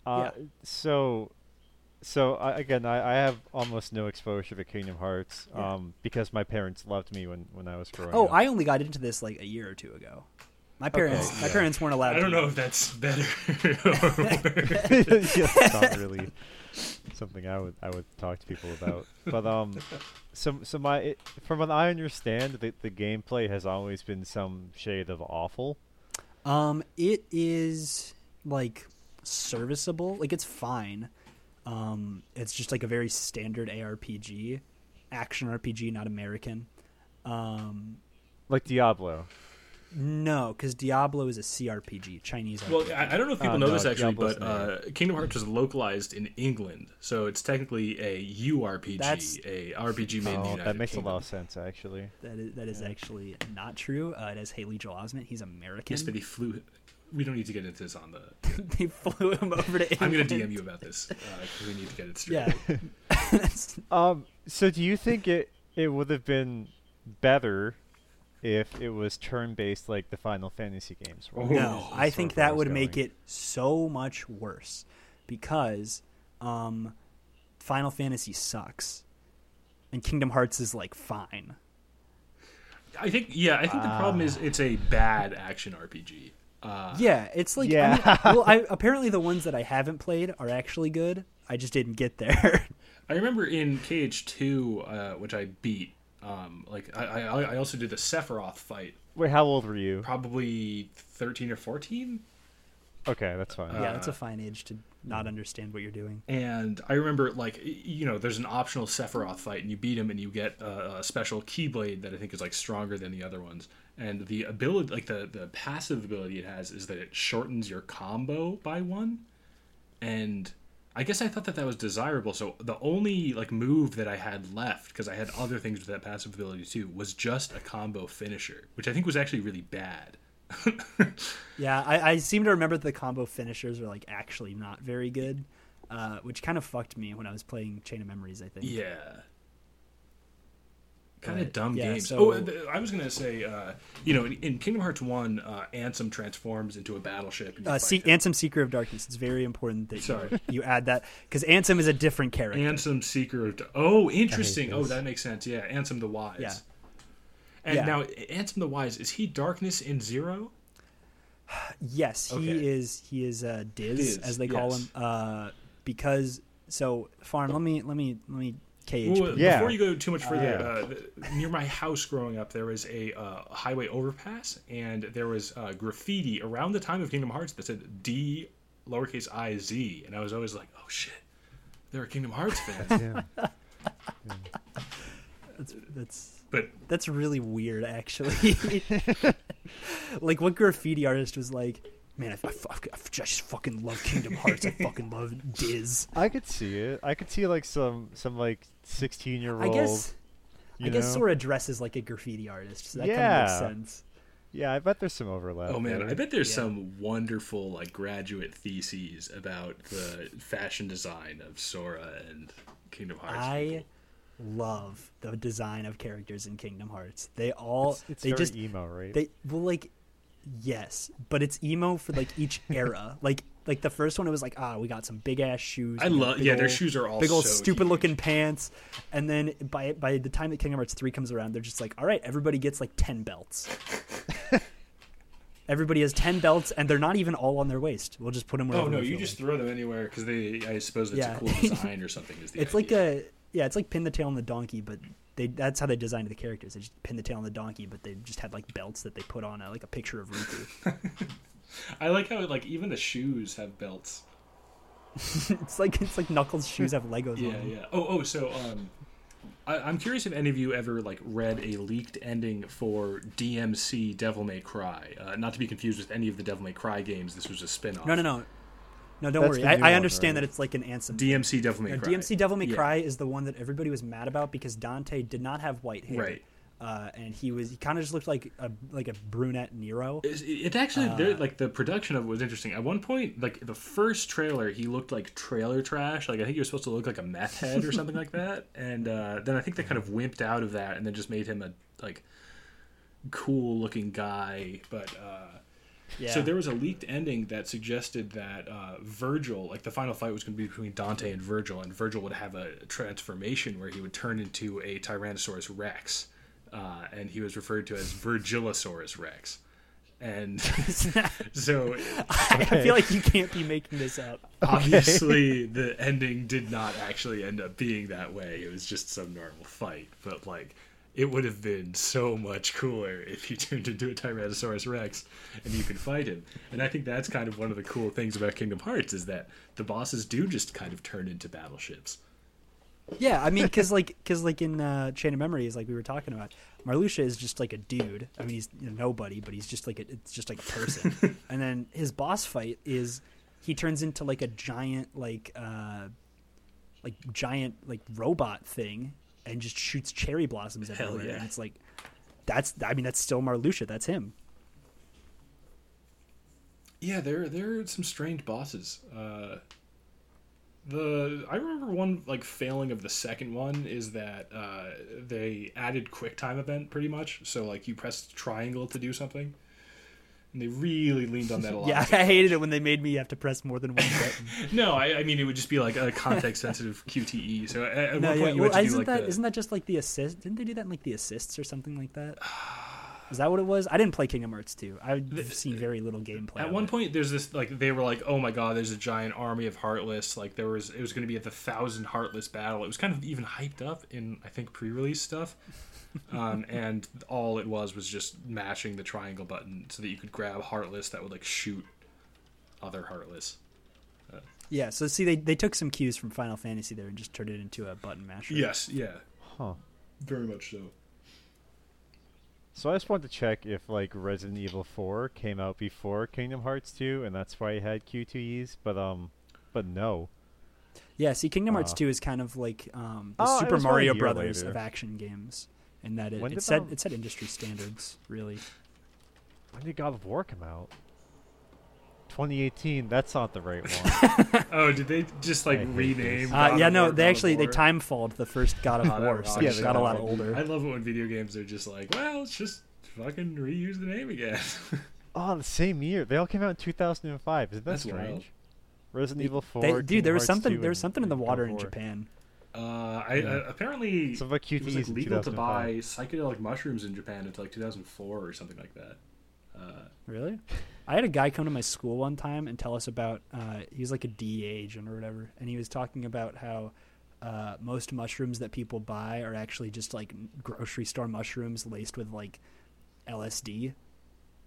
S2: Uh,
S1: Yeah.
S2: So, so I, again, I, I have almost no exposure to Kingdom Hearts um, because my parents loved me when, when I was growing
S1: Oh,
S2: up.
S1: I only got into this like a year or two ago. My parents, my parents weren't allowed.
S3: I don't
S1: to.
S3: know if that's better. or worse.
S2: Yeah, it's not really something I would I would talk to people about. But um, so so my it, from what I understand, the the gameplay has always been some shade of awful.
S1: Um, it is like serviceable. Like it's fine. Um, it's just like a very standard ARPG, action RPG, not American. Um,
S2: Like Diablo.
S1: no, because Diablo is a CRPG, Chinese.
S3: well,
S1: RPG.
S3: I, I don't know if people
S2: Oh,
S3: know
S2: no,
S3: this actually,
S2: Diablo's
S3: but uh, Kingdom Hearts was localized in England, so it's technically a URPG,
S1: That's-
S3: a RPG made in the
S2: Oh,
S3: United
S2: that makes
S3: Kingdom.
S2: a lot of sense actually.
S1: that is that is actually not true. Uh, it has Haley Joel Osment. He's American.
S3: Yes, but he flew. We don't need to get into this on the.
S1: they flew him over to.
S3: I'm gonna
S1: England.
S3: DM you about this. Uh, 'cause we need to get it straight.
S1: Yeah. That's-
S2: Um, so do you think it it would have been better if it was turn based like the Final Fantasy games? were?
S3: Ooh,
S1: No,
S3: that's
S1: I
S2: sort
S1: think
S2: of where I
S1: that
S2: was
S1: would make
S2: going.
S1: it so much worse because um, Final Fantasy sucks and Kingdom Hearts is like fine.
S3: I think. Yeah, I think the problem is it's a bad action RPG. Uh,
S1: Yeah, it's like I
S2: Yeah.
S1: mean, well, I, apparently the ones that I haven't played are actually good. I just didn't get there.
S3: I remember in KH2, uh, which I beat. Um, like I, I, I also did the Sephiroth fight,
S2: Wait, how old were you?
S3: probably thirteen or fourteen,
S2: Okay, that's fine.
S1: yeah, that's a fine age to not understand what you're doing.
S3: and I remember like y- you know, there's an optional Sephiroth fight, and you beat him, and you get a, a special Keyblade that I think is like stronger than the other ones, and the ability, like the the passive ability it has, is that it shortens your combo by one, and I guess I thought that that was desirable. So the only like move that I had left because I had other things with that passive ability too was just a combo finisher, which I think was actually really bad.
S1: Yeah, I, I seem to remember that the combo finishers are like actually not very good, uh, which kind of fucked me when I was playing Chain of Memories. I think.
S3: Yeah. Kind of
S1: But,
S3: dumb
S1: yeah,
S3: games.
S1: so-
S3: Oh, and th- I was gonna say, uh, you know, in, in Kingdom Hearts One, uh, Ansem transforms into a battleship. And you
S1: Uh,
S3: fight
S1: see,
S3: him.
S1: Ansem Seeker of Darkness. It's very important that
S3: Sorry.
S1: you, you add that because Ansem is a different character.
S3: Ansem Seeker. of Dar- Oh, interesting.
S2: sense.
S3: Oh, that makes sense. Yeah, Ansem the Wise.
S1: Yeah.
S3: And
S1: Yeah.
S3: now, Ansem the Wise is he Darkness in Zero?
S1: yes, he
S3: Okay.
S1: is. He is uh, Diz,
S3: Diz,
S1: as they call
S3: yes.
S1: him, uh, because so farm. Let me let me let me KH.
S3: Well,
S2: Yeah.
S3: Before you go too much
S1: Oh,
S3: further,
S2: yeah.
S3: uh, th- near my house growing up, there was a uh, highway overpass, and there was uh, graffiti around the time of Kingdom Hearts that said D lowercase i z, and I was always like, oh shit, there are Kingdom Hearts fans.
S2: Yeah.
S1: That's that's
S3: but
S1: that's really weird, actually. like what graffiti artist was like, man, I, fuck, I just fucking love Kingdom Hearts. I fucking love Diz.
S2: I could see it. I could see like some some like sixteen year
S1: I
S2: old.
S1: guess
S2: you
S1: I guess
S2: know?
S1: Sora dresses like a graffiti artist, so that kind
S2: Yeah.
S1: of makes sense.
S2: Yeah, I bet there's some overlap.
S3: oh man,
S2: there.
S3: I bet there's
S1: Yeah.
S3: some wonderful like graduate theses about the fashion design of Sora and Kingdom Hearts. people.
S1: I love the design of characters in Kingdom Hearts. They all
S2: it's, it's
S1: they
S2: very
S1: just
S2: emo, right?
S1: they well like yes, but it's emo for like each era. like Like the first one, it was like, ah, we got some big ass shoes.
S3: I
S1: and
S3: love.
S1: big
S3: Yeah, their
S1: ol'
S3: shoes are all
S1: big old
S3: so
S1: stupid
S3: huge.
S1: looking pants. And then by by the time that Kingdom Hearts three comes around, they're just like, all right, everybody gets like ten belts. everybody has ten belts, and they're not even all on their waist. We'll just put them. Wherever
S3: Oh no,
S1: we
S3: you
S1: feel
S3: just
S1: like.
S3: throw them anywhere because they. I suppose it's
S1: Yeah.
S3: a cool design or something. Is the
S1: It's like a yeah, it's like pin the tail on the donkey, but they that's how they designed the characters. They just pin the tail on the donkey, but they just had like belts that they put on uh, like a picture of Riku.
S3: a. I like how it, like even the shoes have belts.
S1: it's like it's like Knuckles' shoes have Legos on
S3: Yeah,
S1: them.
S3: yeah. Oh, oh. So, um, I, I'm curious if any of you ever like read a leaked ending for DMC Devil May Cry. Uh, not to be confused with any of the Devil May Cry games. This was a spin-off.
S1: No, no, no, no. Don't
S2: That's
S1: worry.
S2: the new
S1: I, I
S2: one,
S1: understand
S2: right?
S1: that it's like an anthem.
S3: DMC Devil May
S1: No,
S3: Cry.
S1: DMC Devil May
S3: Yeah.
S1: Cry is the one that everybody was mad about because Dante did not have white hair,
S3: Right.
S1: Uh, and he was he kind of just looked like a like a brunette Nero.
S3: It, it actually,
S1: Uh.
S3: there- like the production of it was interesting. At one point, like the first trailer, he looked like trailer trash. Like I think he was supposed to look like a meth head or something like that. And uh, then I think they kind of wimped out of that and then just made him a like cool looking guy. But uh,
S1: Yeah.
S3: so there was a leaked ending that suggested that uh, Virgil, like the final fight, was going to be between Dante and Virgil, and Virgil would have a transformation where he would turn into a Tyrannosaurus Rex, uh, and he was referred to as Virgilosaurus Rex. And so
S1: I feel like you can't be making this up.
S3: obviously the ending did not actually end up being that way. It was just some normal fight, but like it would have been so much cooler if he turned into a Tyrannosaurus Rex and you could fight him. And I think that's kind of one of the cool things about Kingdom Hearts is that the bosses do just kind of turn into battleships.
S1: Yeah, I mean, because like, cause like in uh, Chain of Memories, like we were talking about, Marluxia is just like a dude. I mean, he's you know, nobody, but he's just like a, it's just like a person. and then his boss fight is he turns into like a giant like uh, like giant like robot thing and just shoots cherry blossoms
S3: Hell
S1: everywhere.
S3: yeah.
S1: And it's like that's I mean that's still Marluxia. That's him.
S3: Yeah, there there are some strange bosses. Uh, the I remember one like failing of the second one is that uh, they added quick time event pretty much. So like you press triangle to do something, and they really leaned on that a lot.
S1: Yeah, I hated it when they made me have to press more than one button.
S3: No, I, I mean it would just be like a context sensitive QTE. E. So at, at
S1: no,
S3: one
S1: yeah,
S3: point you
S1: well,
S3: had to do
S1: isn't
S3: like
S1: that
S3: the-
S1: not that just like the assist? Didn't they do that in like the assists or something like that? Is that what it was? I didn't play Kingdom Hearts 2. I've seen very little gameplay.
S3: uh, At
S1: of
S3: one
S1: it.
S3: point, there's this like they were like, "Oh my god, there's a giant army of heartless." Like there was, it was going to be at the thousand heartless battle. It was kind of even hyped up in I think pre-release stuff, um, and all it was was just mashing the triangle button so that you could grab heartless that would like shoot other heartless.
S1: yeah. So see, they, they took some cues from Final Fantasy there and just turned it into a button masher.
S3: Yes, yeah,
S2: Huh.
S3: very much so.
S2: So I just wanted to check if like Resident Evil 4 came out before Kingdom Hearts 2, and that's why it had Q2Es. But um, but no.
S1: Yeah. See, Kingdom Hearts
S2: Uh.
S1: 2 is kind of like um, the
S2: Oh, it
S1: Super
S2: was only a
S1: Mario
S2: year
S1: Brothers
S2: later.
S1: of action games, in that it,
S2: When
S1: it
S2: did um,
S1: set
S2: that-
S1: it set industry standards really.
S2: When did God of War come out? 2018. That's not the right one.
S3: Oh, did they just like
S2: I hate
S3: rename?
S2: this.
S1: Uh,
S3: God
S1: yeah.
S3: of
S1: No,
S3: War
S1: they
S3: God of
S1: actually they
S3: War?
S1: time falled the first God of
S3: Oh, that
S1: War, so
S3: rocks.
S1: it
S2: Yeah,
S1: got a lot
S2: they-
S1: older.
S3: I love it when video games are just like, well, it's just fucking reuse the name again.
S2: oh, the same year. They all came out in 2005. Isn't that
S3: That's wild.
S2: strange? Resident Evil 4.
S1: They,
S2: Kingdom
S1: dude, there was
S2: Hearts
S1: something
S2: 2,
S1: there was
S2: and-
S1: something in the
S2: and God
S1: water
S2: of
S1: in
S2: War.
S1: Japan.
S3: Uh, I uh, apparently
S2: Some of our
S3: it was like
S2: QTEs in
S3: legal to
S2: 2005.
S3: buy psychedelic mushrooms in Japan until like 2004 or something like that.
S1: Really? I had a guy come to my school one time and tell us about uh, he was like a DEA agent or whatever, and he was talking about how uh, most mushrooms that people buy are actually just like grocery store mushrooms laced with like LSD.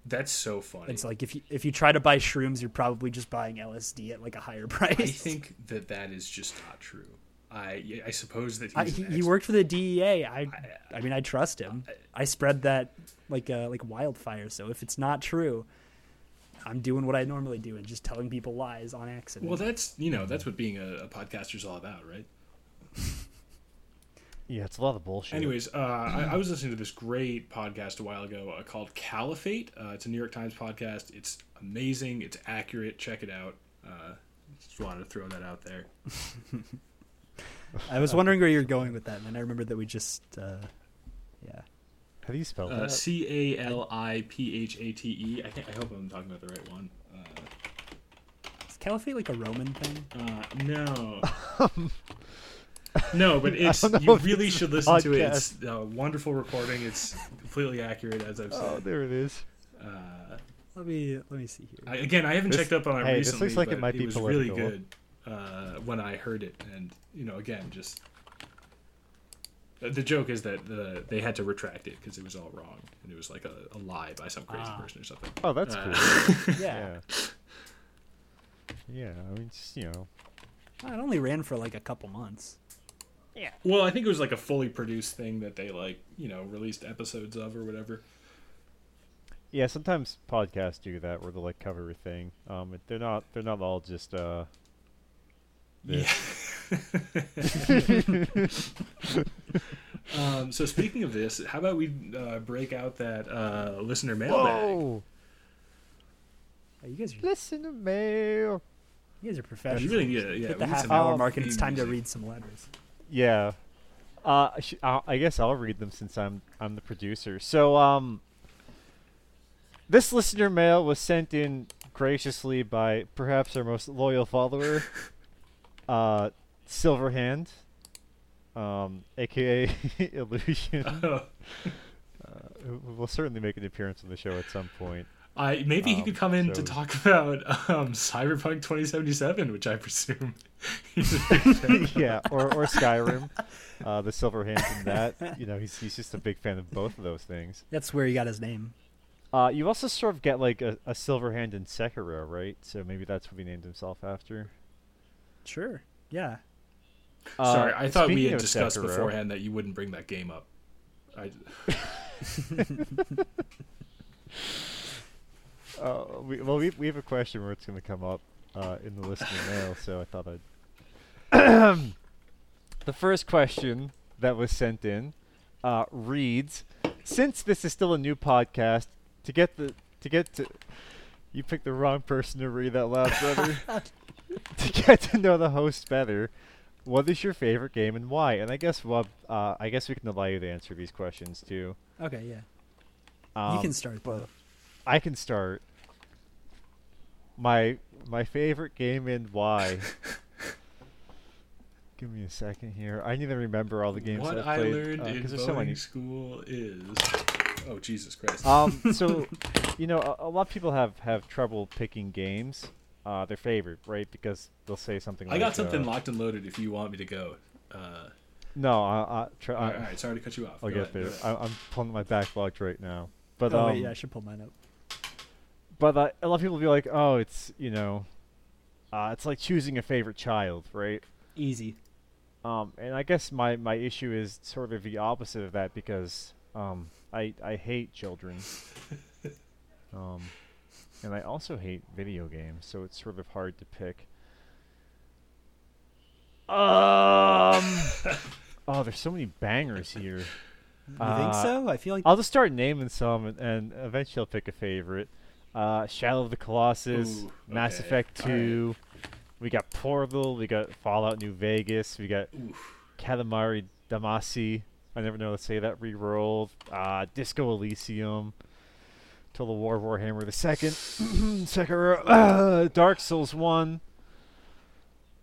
S3: That's so funny.
S1: And so like if you if you try to buy shrooms, you're probably just buying LSD at like a higher price.
S3: I think that that is just not true. I I suppose that he's
S1: I,
S3: an
S1: he,
S3: ex-
S1: he worked for the DEA. I I mean I trust him. I spread that like uh, like wildfire. So if it's not true, I'm doing what I normally do and just telling people lies on accident.
S3: Well, that's you know that's what being a, a podcaster's all about, right?
S2: Yeah, it's a lot of bullshit.
S3: Anyways, uh, I, I was listening to this great podcast a while ago uh, called Caliphate. Uh, it's a New York Times podcast. It's amazing. It's accurate. Check it out. Uh, just wanted to throw that out there.
S1: I was wondering where you're going with that, and then I remember that we just, uh, yeah,
S2: how do you spell
S3: Uh,
S2: that?
S3: C A L I P H A T E. I think I hope I'm talking about the right one. Uh,
S1: it's Caliphate like a Roman thing?
S3: Uh, no. no, but it's
S2: don't know
S4: you
S2: if
S3: really
S2: it's a
S3: should listen to it.
S2: podcast.
S3: It's a wonderful recording. It's completely accurate, as I've
S2: Oh,
S3: said.
S2: there it is.
S3: Uh,
S1: Let me let me see here.
S3: I, again, I haven't
S2: Oh. This-
S3: checked up on it
S2: hey, this
S3: recently.
S2: looks like it
S3: but
S2: might be
S3: was really
S2: political.
S3: good uh, when I heard it, and you know, again, just uh, the the joke is that the, they had to retract it because it was all wrong, and it was like a, a lie by some crazy
S1: Ah.
S3: person or something.
S2: Oh, that's
S3: Uh,
S2: cool.
S1: Yeah.
S2: Yeah. Yeah, I mean, just, you know,
S1: Well, it only ran for like a couple months.
S3: Well, I think it was like a fully produced thing that they like, you know, released episodes of or whatever.
S2: yeah. Sometimes podcasts do that, where they like cover a thing. Um, it- they're not, they're not all just uh. this.
S3: Um, so speaking of this, how about we uh, break out that uh, listener mailbag?
S2: Whoa!
S1: Oh, you guys are
S2: Listen to mail.
S1: you guys are
S3: You
S1: professionals.
S3: really need to, yeah,
S1: Hit
S3: we
S1: the
S3: need
S1: half
S3: some
S1: hour
S2: off
S1: mark and it's
S3: theme
S1: time to
S3: music.
S1: read some letters.
S2: Yeah. Uh, I sh- I I guess I'll read them since I'm I'm the producer. So um, this listener mail was sent in graciously by perhaps our most loyal follower, uh, Silverhand, um, aka Illusion.
S3: Oh,
S2: who who will certainly make an appearance on the show at some point.
S3: I maybe he
S2: Um,
S3: could come in
S2: so-
S3: to talk about um, Cyberpunk 2077, which I presume. he's a big fan of.
S2: yeah, or or Skyrim, uh, the Silver Hand and that. You know, he's he's just a big fan of both of those things.
S1: That's where he got his name.
S2: Uh, you also sort of get like a, a Silver Hand in Sekiro, right? So maybe that's what he named himself after.
S1: Sure. Yeah.
S2: Uh,
S3: Sorry, I thought we
S2: speaking
S3: had
S2: of
S3: discussed
S2: Sekiro-
S3: beforehand that you wouldn't bring that game up. I,
S2: Uh, we, well, we we have a question where it's going to come up uh, in the listener mail, so I thought I'd. the first question that was sent in uh, reads: Since this is still a new podcast, to get the to get to, you picked the wrong person to read that loud, brother. to get to know the host better, what is your favorite game and why? And I guess Rob, uh, I guess we can allow you to answer these questions too.
S1: Okay, yeah.
S2: Um,
S1: you can start though.
S2: I can start. My my favorite game and why. Give me a second here. I need to remember all the games
S3: what
S2: that
S3: I
S2: I've played
S3: learned
S2: uh,
S3: in
S2: 'cause
S3: voting
S2: there's so many.
S3: school is. Oh, Jesus Christ.
S2: Um, so you know, a, a lot of people have have trouble picking games, uh, their favorite, right? Because they'll say something.
S3: I
S2: like,
S3: got something
S2: uh,
S3: locked and loaded if you want me to go. Uh,
S2: No, I, I try.
S3: all, right,
S2: I,
S3: sorry to cut you off.
S2: I'll
S3: Go
S2: get
S3: ahead, go
S2: there.
S3: ahead.
S2: I, I'm pulling my backlogged right now. But
S1: oh
S2: um,
S1: wait, yeah, I should pull mine up.
S2: but uh, a lot of people will be like, "Oh, it's you know, uh, it's like choosing a favorite child, right?"
S1: Easy.
S2: Um, and I guess my, my issue is sort of the opposite of that because um, I I hate children, um, and I also hate video games, so it's sort of hard to pick. Um, oh, there's so many bangers here.
S1: You think
S2: Uh,
S1: so? I feel like
S2: I'll just start naming some, and, and eventually I'll pick a favorite. Uh, Shadow of the Colossus,
S3: Ooh,
S2: Mass
S3: okay,
S2: Effect
S3: all right.
S2: Two. We got Portal. We got Fallout New Vegas. We got Katamari Damacy. I never know how to say that. Rerolled. Uh, Disco Elysium. Till the War of Warhammer the Second. Sekiro. Uh, Dark Souls One.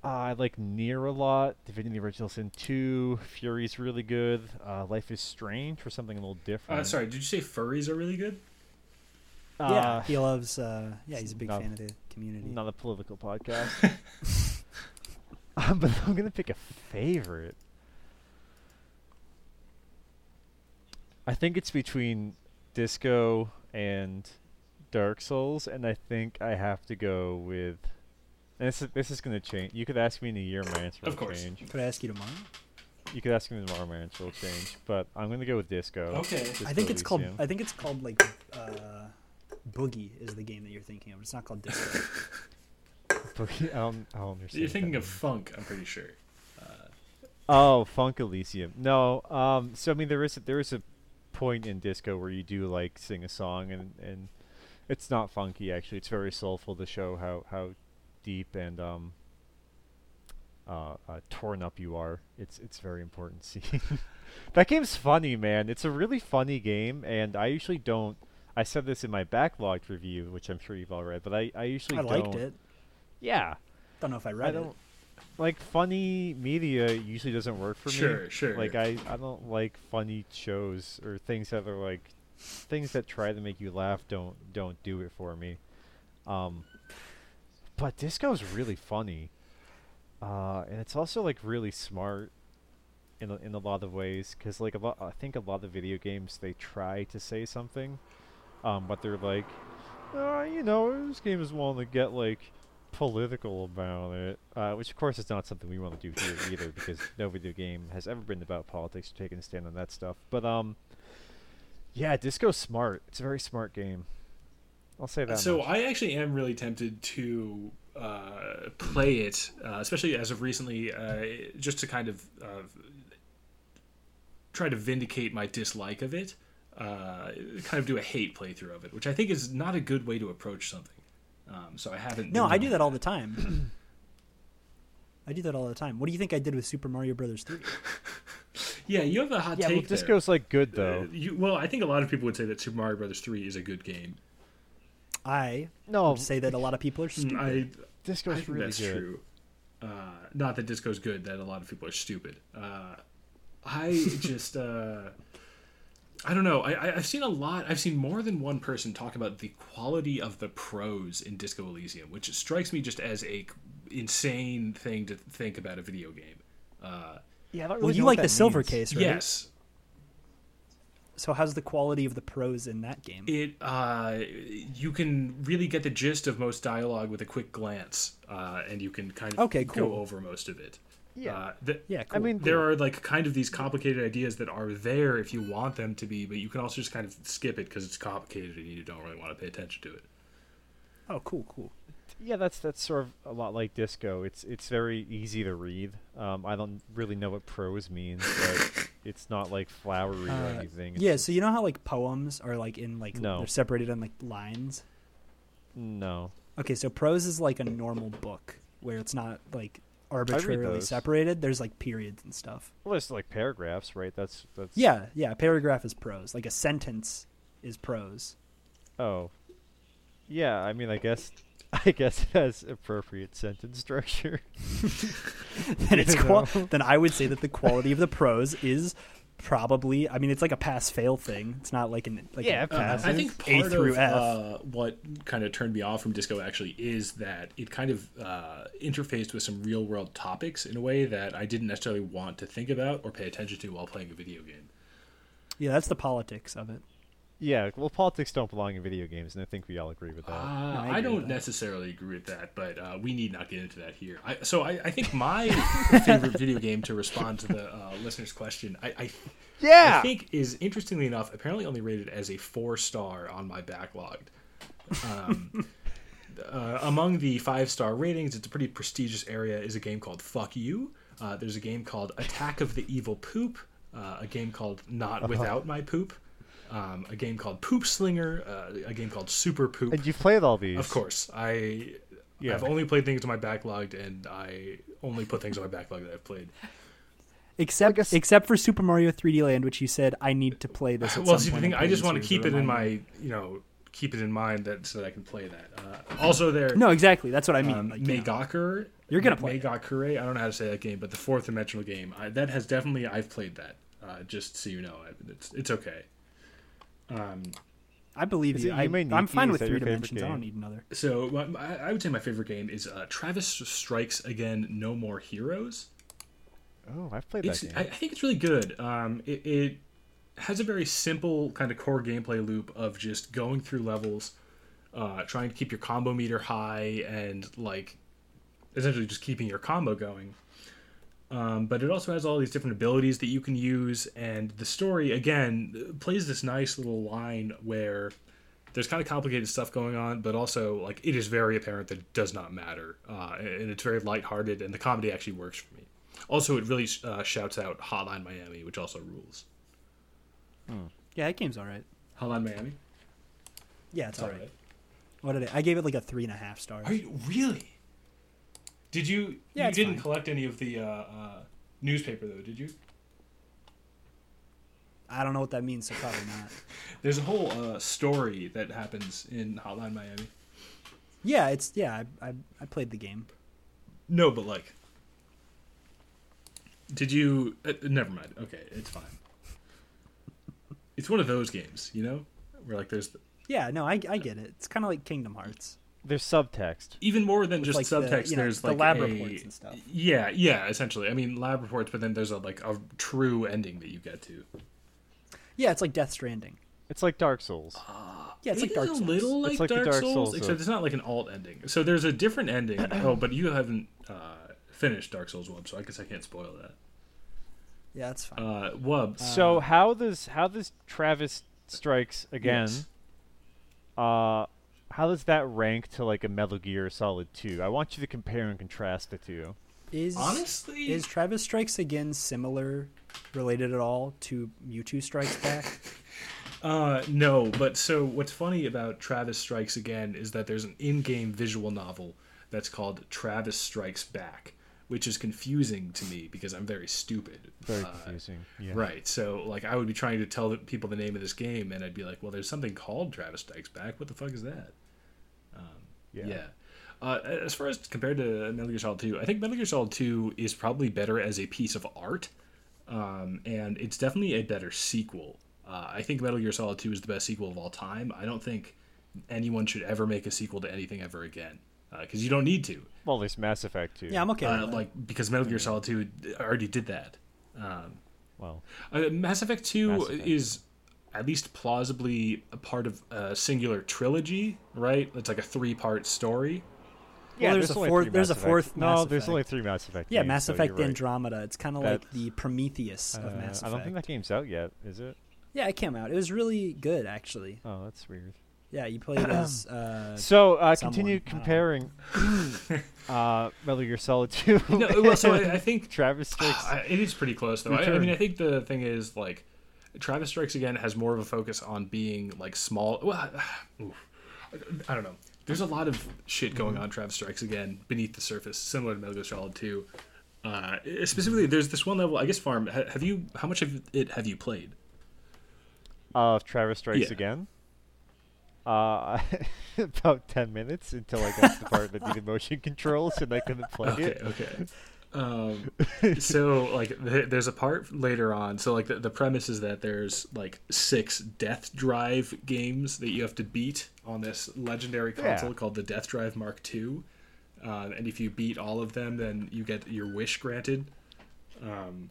S2: Uh, I like Nier a lot. Divinity Original Sin Two. Fury's really good. Uh, Life is Strange for something a little different.
S3: Uh, sorry, did you say furries are really good?
S1: yeah,
S2: Uh,
S1: he loves uh yeah, he's a big
S2: not-
S1: fan of the community.
S2: Not a political podcast. um, but I'm gonna pick a favorite. I think it's between Disco and Dark Souls, and I think I have to go with. And this is, this is gonna change. You could ask me in a year, my answer will
S3: Of course.
S2: change.
S1: Could I ask you tomorrow?
S2: You could ask me tomorrow, my answer will change. But I'm gonna go with Disco.
S3: Okay. I
S1: I think
S2: Disco
S1: it's called
S2: Elysium.
S1: I think it's called like uh Boogie is the game that you're thinking of. It's not called Disco.
S2: I don't, I don't um, understand.
S3: You're
S2: what that
S3: thinking of
S2: means.
S3: funk, I'm pretty sure.
S2: Oh, Funk Elysium. No, um, so I mean, there is a, there is a point in disco where you do like sing a song, and and it's not funky actually. It's very soulful to show how how deep and um uh, uh torn up you are. It's it's very important scene. that game's funny, man. It's a really funny game, and I usually don't. I said this in my backlogged review, which I'm sure you've all read, but I I usually
S1: I
S2: don't.
S1: liked it.
S2: Yeah,
S1: Don't know if I
S2: I
S1: read it.
S2: don't like funny media. Usually doesn't work for
S3: Sure,
S2: me.
S3: sure.
S2: Like I, I don't like funny shows or things that are like things that try to make you laugh. Don't don't do it for me. Um, but Disco's really funny, uh, and it's also like really smart in a, in a lot of ways because like a lot I think a lot of video games they try to say something, um, but they're like, uh, you know, this game is wanting to get like political about it, uh, which of course is not something we want to do here either because no video game has ever been about politics or taking a stand on that stuff. But um, yeah, Disco's smart. It's a very smart game. I'll say that.
S3: Uh, so
S2: much.
S3: I actually am really tempted to uh, play it, uh, especially as of recently, uh, just to kind of uh, try to vindicate my dislike of it. Uh, kind of do a hate playthrough of it, which I think is not a good way to approach something. Um, so I haven't.
S1: No,
S3: been
S1: I do
S3: doing
S1: that all the time. I do that all the time. What do you think I did with Super Mario Brothers 3?
S3: Yeah, you have a hot
S2: yeah, well,
S3: take. there.
S2: Disco's like good
S3: Uh,
S2: though.
S3: you, well, I think a lot of people would say that Super Mario Brothers Three is a good game.
S1: I
S2: no,
S1: would say that a lot of people are
S2: Mm,
S1: stupid.
S3: I, I
S2: Disco's
S3: think
S2: Mm-hmm. really
S3: that's
S2: good.
S3: true. Uh, not that disco's good; that a lot of people are stupid. Uh, I just, uh, I don't know. I, I, I've seen a lot. I've seen more than one person talk about the quality of the prose in Disco Elysium, which strikes me just as a insane thing to think about a video game. Uh,
S2: Yeah, I don't
S1: well,
S2: really
S1: you
S2: know what
S1: like the
S2: that
S1: silver
S2: means.
S1: case, right?
S3: yes,
S1: So how's the quality of the prose in that game?
S3: it uh, you can really get the gist of most dialogue with a quick glance, uh, and you can kind of
S1: Okay,
S3: go
S1: cool.
S3: over most of it.
S2: Yeah.
S3: uh, the,
S1: yeah,
S2: I
S1: cool.
S2: mean,
S3: there are like kind of these complicated ideas that are there if you want them to be, but you can also just kind of skip it because it's complicated and you don't really want to pay attention to it.
S1: oh, cool, cool.
S2: yeah, that's that's sort of a lot like disco. It's it's very easy to read. Um, I don't really know what prose means, but it's not like flowery or
S1: Uh,
S2: anything. It's
S1: Yeah,
S2: just-
S1: so you know how like poems are like in like
S2: No.
S1: they're separated on like lines.
S2: no,
S1: Okay, so prose is like a normal book where it's not like arbitrarily
S2: those.
S1: separated. There's like periods and stuff.
S2: well, it's like paragraphs, right? That's that's
S1: Yeah, yeah. A paragraph is prose. Like a sentence is prose.
S2: Oh, yeah. I mean, I guess I guess it has appropriate sentence structure.
S1: Then it's
S2: You
S1: qual-
S2: know?
S1: then I would say that the quality of the prose is probably. I mean, it's like a pass fail thing. It's not like an like
S2: Yeah,
S1: a-
S2: pass.
S3: I think
S1: A
S3: part
S1: through
S3: of
S1: F.
S3: Uh, what kind of turned me off from disco actually is that it kind of uh, interfaced with some real world topics in a way that I didn't necessarily want to think about or pay attention to while playing a video game.
S1: yeah. That's the politics of it.
S2: yeah. Well, politics don't belong in video games, and I think we all agree with that.
S3: Uh,
S1: I
S3: I,
S1: agree with
S3: don't
S1: that.
S3: necessarily agree with that, but uh, we need not get into that here. I, so I, I think my favorite video game to respond to the uh, listener's question, I, I
S2: yeah.
S3: I think is interestingly enough apparently only rated as a four star on my backlogged. Um, uh, among the five star ratings, it's a pretty prestigious area. Is a game called Fuck You. Uh, there's a game called Attack of the Evil Poop. Uh, a game called Not Without My Poop. Um, a game called Poop Slinger. Uh, a game called Super Poop.
S2: and you've played all these,
S3: Of course, I
S2: Yeah.
S3: I've only played things on my backlogged, and I only put things on my backlog that I've played.
S1: Except
S2: guess-
S1: except for Super Mario 3D Land, which you said I need to play this. At
S3: well,
S1: some
S3: see, the
S1: point
S3: thing
S1: and
S3: I
S1: please
S3: just want to
S1: here's a
S3: keep it in
S1: reminder."
S3: my you know keep it in mind that so that I can play that. Uh, also, there
S1: No, exactly. That's what I mean.
S3: um,
S1: like, you know.
S3: Megakure.
S1: You're gonna play it.
S3: Megakure. I don't know how to say that game, but the fourth dimensional game I, that has definitely I've played that. Uh, just so you know, I- it's it's okay.
S1: I believe
S2: Is
S1: you.
S2: it
S1: I,
S2: Yume
S1: I'm
S2: Nikki?
S1: fine
S2: Is
S1: with
S2: that
S1: three
S2: your favorite
S1: dimensions. I don't
S2: game?
S1: need another.
S3: So my, my- I would say my favorite game is uh, Travis Strikes Again: No More Heroes.
S2: Oh, I've played
S3: It's,
S2: that game.
S3: I, I think it's really good. Um, it, it has a very simple kind of core gameplay loop of just going through levels, uh, trying to keep your combo meter high, and like essentially just keeping your combo going. Um, but it also has all these different abilities that you can use, and the story again plays this nice little line where there's kind of complicated stuff going on, but also like it is very apparent that it does not matter, uh, and it's very lighthearted, and the comedy actually works for me. Also, it really uh, shouts out Hotline Miami, which also rules.
S1: Yeah, that game's all right.
S3: Hotline Miami.
S1: Yeah, it's all right. What did I? I gave it like a three and a half stars.
S3: Are you really? Did you?
S1: Yeah,
S3: you
S1: it's
S3: didn't
S1: fine.
S3: collect any of the uh, uh, newspaper though, did you?
S1: I don't know what that means, so probably not.
S3: There's a whole uh, story that happens in Hotline Miami.
S1: Yeah, it's yeah. I I, I played the game.
S3: No, but like, did you? Uh, never mind. Okay, it's fine. It's one of those games, you know, where like there's
S1: Yeah, no, I I get it. It's kind of like Kingdom Hearts.
S2: There's subtext.
S3: even more than just
S1: like the,
S3: subtext.
S1: you know,
S3: there's
S1: the
S3: like
S1: lab
S3: a-
S1: reports and stuff.
S3: Yeah, yeah, essentially. I mean, lab reports, but then there's a like a true ending that you get to.
S1: Yeah, it's like Death Stranding.
S2: It's like Dark Souls.
S1: Yeah, it's
S3: It
S1: like
S3: is
S1: Dark Souls.
S3: a little like,
S2: It's like the
S3: Dark,
S2: Dark
S3: Souls,
S2: Souls
S3: except
S2: of-
S3: it's not like an alt ending. So there's a different ending. oh, but you haven't uh, finished Dark Souls one, so I guess I can't spoil that.
S1: Yeah, that's fine.
S3: Uh, Wub,
S2: so how does how does Travis Strikes Again?
S3: Yes.
S2: Uh, how does that rank to like a Metal Gear Solid Two? I want you to compare and contrast the two.
S1: is
S3: honestly,
S1: is Travis Strikes Again similar, related at all to Mewtwo Strikes Back?
S3: Uh, no, but so what's funny about Travis Strikes Again is that there's an in-game visual novel that's called Travis Strikes Back, which is confusing to me because I'm very stupid.
S2: Very
S3: Uh,
S2: confusing. Yeah.
S3: Right. So like I would be trying to tell the people the name of this game, and I'd be like, "Well, there's something called Travis Strikes Back. What the fuck is that?" Um,
S2: Yeah.
S3: Uh, as far as compared to Metal Gear Solid 2, I think Metal Gear Solid 2 is probably better as a piece of art, um, and it's definitely a better sequel. Uh, I think Metal Gear Solid 2 is the best sequel of all time. I don't think anyone should ever make a sequel to anything ever again, because you don't need to.
S2: Well, there's Mass Effect Two.
S1: Yeah, I'm okay.
S3: Uh,
S1: with that.
S3: like because Metal Gear Solid 2 already did that.
S2: Well,
S3: Uh, Mass Effect 2
S2: Mass Effect.
S3: is at least plausibly a part of a singular trilogy, right? It's like a three part story.
S1: Yeah, there's a
S2: only
S1: fourth-
S2: three
S1: there's
S2: Mass
S1: a
S2: Effects.
S1: fourth
S2: No,
S1: Mass
S2: there's only
S1: Effect.
S2: three Mass Effect.
S1: yeah,
S2: games,
S1: Mass
S2: so
S1: Effect
S2: you're right.
S1: Andromeda. It's kind of like the Prometheus of
S2: Uh,
S1: Mass Effect.
S2: I don't think that game's out yet, is it?
S1: Yeah, it came out. It was really good, actually.
S2: Oh, that's weird.
S1: Yeah, you played as. Uh,
S2: So uh,
S1: someone, I
S2: continue
S1: don't know.
S2: comparing uh, Metal Gear Solid Two.
S3: No, well, so I, I think
S2: Travis Strikes.
S3: I- it is pretty close, though. I, I
S2: Return.
S3: mean, I think the thing is, like, Travis Strikes Again has more of a focus on being, like, small. Well, oof. I don't know. There's a lot of shit
S2: Mm-hmm.
S3: going on in Travis Strikes Again beneath the surface, similar to Metal Gear Solid 2. Uh, specifically, there's this one level. I guess farm. ha- Have you? How much of it have you played?
S2: of Travis Strikes
S3: Yeah.
S2: Again. Uh, about ten minutes until I got to the part that needed motion controls and I couldn't play
S3: okay,
S2: it.
S3: okay. Um, so like th- there's a part later on so like the, the premise is that there's like six death drive games that you have to beat on this legendary
S2: Yeah.
S3: console called the death drive mark ii uh, and if you beat all of them then you get your wish granted um,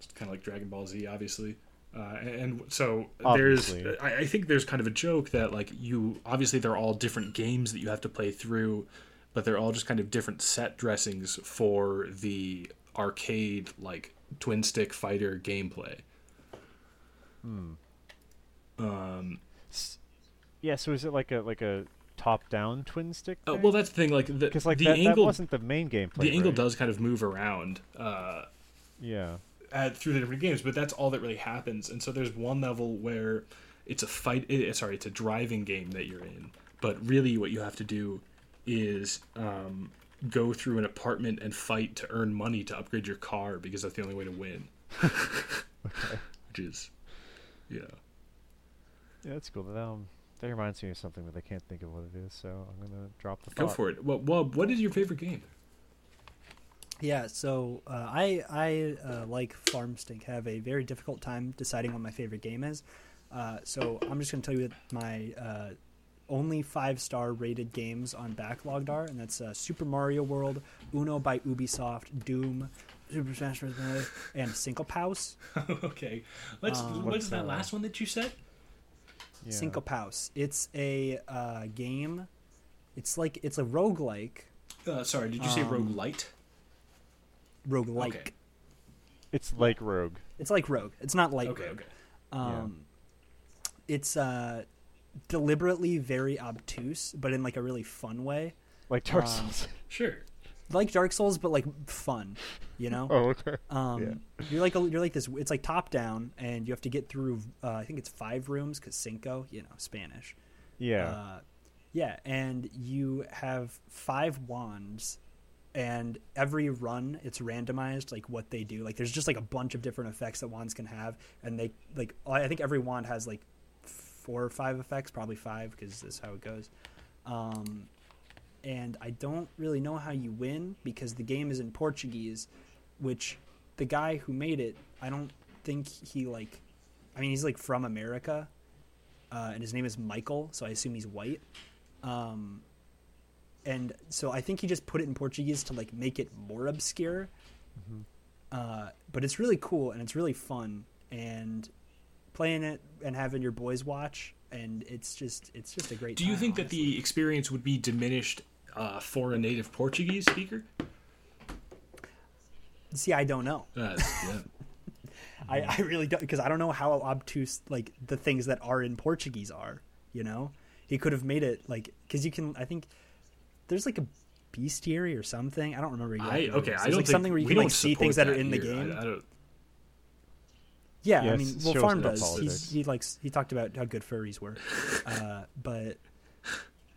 S3: it's kind of like dragon ball z obviously uh, and, and so
S2: Obviously.
S3: there's I, I think there's kind of a joke that like you obviously they're all different games that you have to play through but they're all just kind of different set dressings for the arcade like twin stick fighter gameplay
S2: S- Yeah, so is it like a like a top-down twin stick?
S3: uh, well that's the thing like the,
S2: because like
S3: the
S2: that, that
S3: angle
S2: wasn't the main gameplay.
S3: the angle
S2: right?
S3: does kind of move around uh,
S2: Yeah.
S3: at, through the different games, but that's all that really happens. And so there's one level where it's a fight. eh, Sorry, it's a driving game that you're in, but really what you have to do is um, go through an apartment and fight to earn money to upgrade your car because that's the only way to win. Which is, yeah.
S2: Yeah, that's cool. That, um, that reminds me of something, but I can't think of what it is, so I'm gonna drop the.
S3: Go
S2: thought.
S3: for it. Well, well, what is your favorite game?
S1: Yeah, so uh, I I uh, like Farmstink have a very difficult time deciding what my favorite game is. Uh, so I'm just gonna tell you that my uh, only five star rated games on Backlogged are, and that's uh, Super Mario World, Uno by Ubisoft, Doom, Super Smash Bros. Melee, and Syncope House.
S3: okay, let's.
S2: what's that last
S3: one that you said?
S2: Yeah.
S1: Syncope House. It's a uh, game. It's like it's a roguelike,
S3: Uh, sorry, did you say Rogue Light?
S1: roguelike.
S3: Okay.
S2: It's like Rogue.
S1: It's like Rogue. It's not like
S3: Okay,
S1: Rogue.
S3: okay.
S1: Um, It's uh, deliberately very obtuse, but in like a really fun way,
S2: yeah. Like Dark
S1: um,
S2: Souls.
S3: Sure.
S1: like Dark Souls, but like fun. You know,
S2: oh, okay.
S1: um, you're like a, you're like this. It's like top down, and you have to get through. Uh, I think it's five rooms because cinco, you know, Spanish.
S2: Yeah.
S1: Uh, yeah, and you have five wands, and every run it's randomized like what they do. Like there's just like a bunch of different effects that wands can have, and they like I think every wand has like four or five effects, probably five because that's how it goes. Um, and I don't really know how you win because the game is in Portuguese, which the guy who made it, I don't think he like, I mean he's like from America, uh, and his name is Michael, so I assume he's white. Um, and so I think he just put it in Portuguese to like make it more obscure. Uh, but it's really cool and it's really fun and playing it and having your boys watch and it's just it's just a great.
S3: Do you
S1: time,
S3: think that
S1: honestly.
S3: the experience would be diminished uh, for a native Portuguese speaker?
S1: see? I don't know.
S3: Uh, yeah.
S1: I, I really don't because I don't know how obtuse like the things that are in Portuguese are. You know, he could have made it like because you can. I think there's like a bestiary or something. I don't remember.
S3: I
S1: what it
S3: okay.
S1: is. There's,
S3: I don't
S1: like something
S3: think-
S1: where you
S3: we
S1: can like
S3: don't
S1: see
S3: support
S1: things that are in the
S3: here. I-
S1: game.
S3: I, don't.
S1: yeah,
S2: Yeah,
S1: I
S2: it
S1: mean,
S2: shows
S1: well, Farm
S2: no
S1: does.
S2: politics.
S1: He's, he likes he talked about how good furries were, uh, but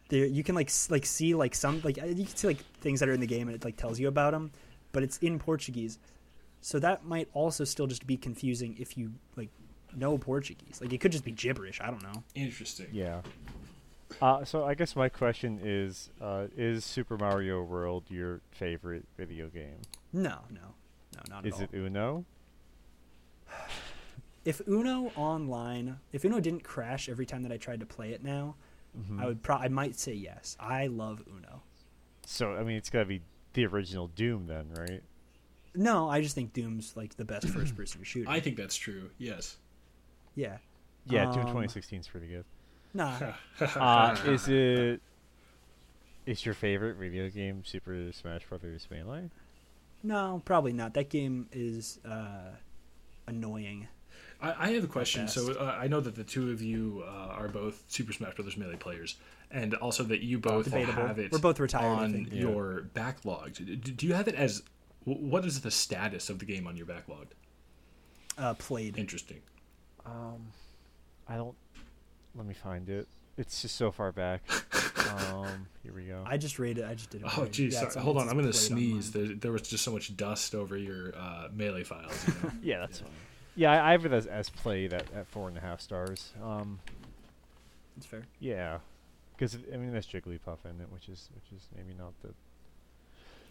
S1: there you can like s- like see like some like uh, you can see like things that are in the game and it like tells you about them, but it's in Portuguese, so that might also still just be confusing if you like know Portuguese. Like it could just be gibberish. I don't know.
S3: Interesting.
S2: Yeah. Uh, so I guess my question is: uh, Is Super Mario World your favorite video game?
S1: No, no, no, not at
S2: Is
S1: all.
S2: it Uno?
S1: if Uno online, if Uno didn't crash every time that I tried to play it now,
S2: Mm-hmm.
S1: I would pro- I might say yes. I love Uno.
S2: So I mean, it's gotta be the original Doom then, right?
S1: No, I just think Doom's like the best first person shooter.
S3: I think that's true. Yes.
S1: yeah.
S2: Yeah, Doom
S1: Um,
S2: 2016 is pretty good.
S1: Nah.
S2: Uh, is it? Is your favorite video game Super Smash Brothers Melee?
S1: No, probably not. That game is uh, annoying.
S3: I, I have a question.
S1: best.
S3: So uh, I know that the two of you uh, are both Super Smash Brothers Melee players, and also that you both
S1: debatable.
S3: have it.
S1: We're both retired, I
S3: on
S1: think.
S2: Yeah.
S3: your backlog. Do, do you have it as? wh- What is the status of the game on your backlog?
S1: Uh, played.
S3: Interesting.
S2: Um, I don't. Let me find it. It's just so far back. um, here we go.
S1: I just rated. I just did. a
S3: Oh
S1: grade.
S3: geez,
S1: Yeah,
S3: sorry.
S1: it's
S3: hold
S1: it's
S3: on. I'm gonna
S1: played
S3: sneeze.
S1: online.
S3: There, there was just so much dust over your uh, melee files. You know?
S2: yeah, that's fine. Yeah, I, I have it as S played at, at four and a half stars. Um,
S1: It's fair.
S2: yeah, because I mean that's Jigglypuff in it, which is which is maybe not the.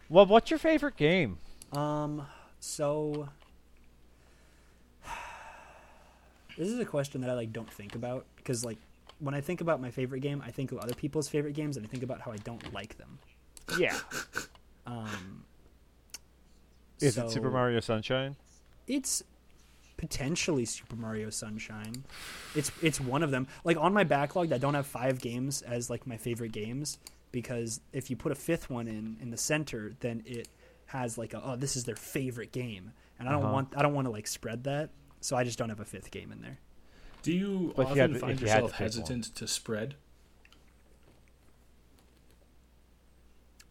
S2: Well, what's your favorite game?
S1: Um. So. This is a question that I like don't think about because like when I think about my favorite game, I think of other people's favorite games and I think about how I don't like them.
S2: Yeah,
S1: Um,
S2: is it Super
S1: so-
S2: Mario Sunshine?
S1: it's potentially Super Mario Sunshine. It's it's one of them. Like on my backlog, I don't have five games as like my favorite games because if you put a fifth one in in the center, then it has like a, oh this is their favorite game, and I don't
S2: Uh-huh.
S1: want I don't want to like spread that, so I just don't have a fifth game in there.
S3: Do you
S2: But if you had
S3: often
S2: to-
S3: find
S2: if you had to
S3: yourself
S2: pick one.
S3: hesitant to spread?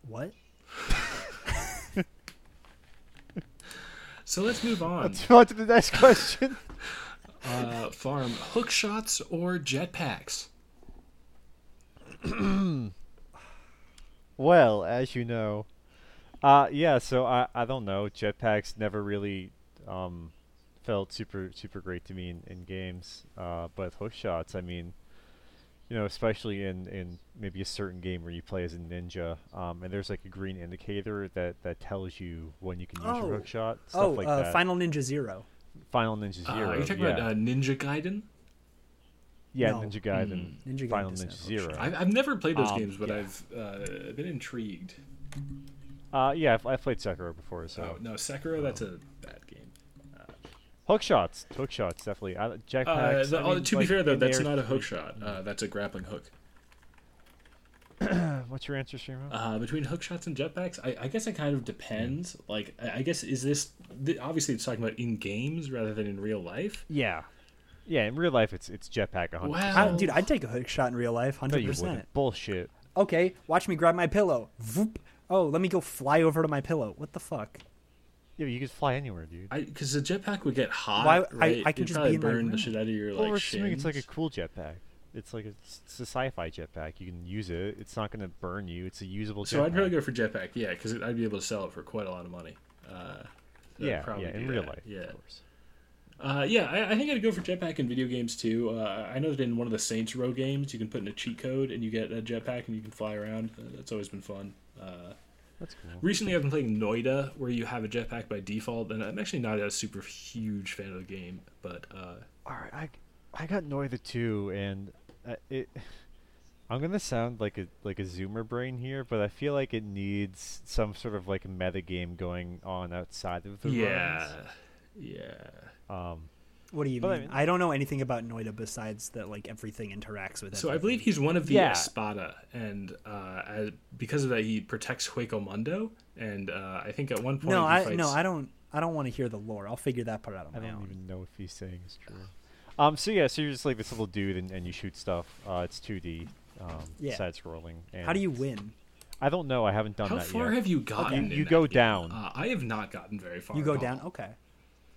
S1: What?
S3: So let's move on.
S2: Let's go on to the next question.
S3: Uh, farm hook shots or jetpacks?
S2: Well, as you know, uh, yeah. So I, I don't know. Jetpacks never really um, felt super super great to me in, in games. Uh, but hook shots, I mean, you know, especially in, in maybe a certain game where you play as a ninja, um, and there's like a green indicator that, that tells you when you can use
S1: Oh.
S2: your hook shot, stuff
S1: Oh,
S2: like
S1: uh,
S2: that.
S1: Final Ah, Ninja Zero.
S2: Final Ninja
S3: Uh,
S2: Zero.
S3: are you talking
S2: yeah,
S3: about uh, Ninja Gaiden?
S2: yeah,
S1: No. Hmm.
S2: Ninja Gaiden,
S1: Ninja Gaiden
S2: Final
S1: doesn't
S2: Ninja
S1: have hook
S2: Zero.
S3: I've, I've never played those
S2: Um,
S3: games, but
S2: yeah.
S3: I've uh, been intrigued.
S2: Uh, yeah, I've, I've played Sekiro before, so
S3: Oh no, Sekiro, that's a bad game.
S2: Hook shots, hook shots, definitely. I, jetpacks.
S3: Uh, the,
S2: I
S3: oh,
S2: mean,
S3: to
S2: like,
S3: be fair though,
S2: in
S3: that's
S2: there-
S3: not a hook shot. Uh, that's a grappling hook.
S2: What's your answer, Shima?
S3: Uh, between hook shots and jetpacks, I, I guess it kind of depends. Like, I I guess is this th- obviously it's talking about in games rather than in real life.
S2: yeah, yeah. In real life, it's it's jetpack. 100%.
S1: I,
S3: Wow.
S1: dude, I'd take a hook shot in real life,
S2: No,
S1: hundred
S2: you
S1: percent.
S2: wouldn't. Bullshit.
S1: Okay, watch me grab my pillow. Voop. Oh, let me go fly over to my pillow. What the fuck?
S2: Yeah, you could fly anywhere, dude.
S3: I because the jetpack would get hot.
S1: Why- I-
S3: right?
S1: I could
S3: It'd
S1: just be
S3: probably
S1: in my
S3: burn the
S1: room.
S3: shit out of your
S2: Well,
S3: like
S2: we're assuming it's like a
S3: shins.
S2: cool jetpack. It's like a, it's a sci-fi jetpack. You can use it. It's not gonna burn you. It's a usable.
S3: So I'd
S2: jetpack.
S3: really go for jetpack, yeah, because I'd be able to sell it for quite a lot of money. Uh, so I'd
S2: Yeah,
S3: probably
S2: yeah. In
S3: do
S2: real
S3: that,
S2: life,
S3: yeah.
S2: of course.
S3: Uh, yeah, I, I think I'd go for jetpack in video games too. Uh, I know that in one of the Saints Row games, you can put in a cheat code and you get a jetpack and you can fly around. Uh, that's always been fun. Uh,
S2: That's cool.
S3: recently, I've been playing Noida, where you have a jetpack by default, and I'm actually not a super huge fan of the game, but uh,
S2: All right, I I got Noida too, and uh, it. I'm gonna sound like a like a zoomer brain here, but I feel like it needs some sort of like meta game going on outside of the
S3: yeah, yeah.
S2: runs. Um,
S1: What do you
S2: But I
S1: mean?
S2: mean-
S1: I don't know anything about Noida besides that like everything interacts with.
S3: So I
S1: everything.
S3: believe he's one of the
S2: Yeah.
S3: Espada, and uh, as, because of that, he protects Hueco Mundo. And uh, I think at one point,
S1: no,
S3: he
S1: I
S3: fights...
S1: no, I don't. I don't want to hear the lore. I'll figure that part out on
S2: I
S1: my
S2: don't
S1: own.
S2: even know if he's saying it's true. Um. So yeah. So you're just like this little dude, and, and you shoot stuff. Uh, it's 2D. Um,
S1: Yeah.
S2: Side scrolling.
S1: How do you win?
S2: I don't know. I haven't done
S3: How
S2: that
S3: far
S2: yet.
S3: have you gotten?
S2: you
S3: in
S2: you
S3: that
S2: go
S3: game?
S2: down.
S3: Uh, I have not gotten very far.
S1: You go
S3: at all.
S1: down. Okay.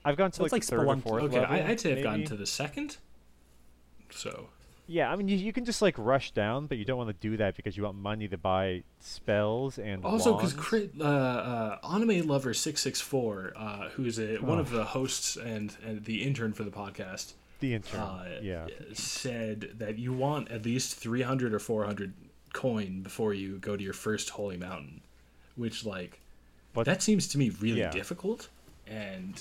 S2: I've gone to
S1: so
S2: like,
S1: it's
S2: the third or
S1: like Spelunky.
S2: fourth
S3: Okay,
S2: level.
S3: I, I'd say I've gotten
S2: maybe.
S3: to the second. So
S2: Yeah, I mean, you, you can just like rush down, but you don't want to do that because you want money to buy spells and
S3: also because
S2: wands.
S3: uh, uh, anime lover six six four, uh, who is a, one
S2: Oh.
S3: of the hosts and and the intern for the podcast,
S2: the intern.
S3: uh,
S2: yeah,
S3: said that you want at least three hundred or four hundred coin before you go to your first holy mountain, which like,
S2: But-
S3: that seems to me really
S2: Yeah.
S3: difficult. And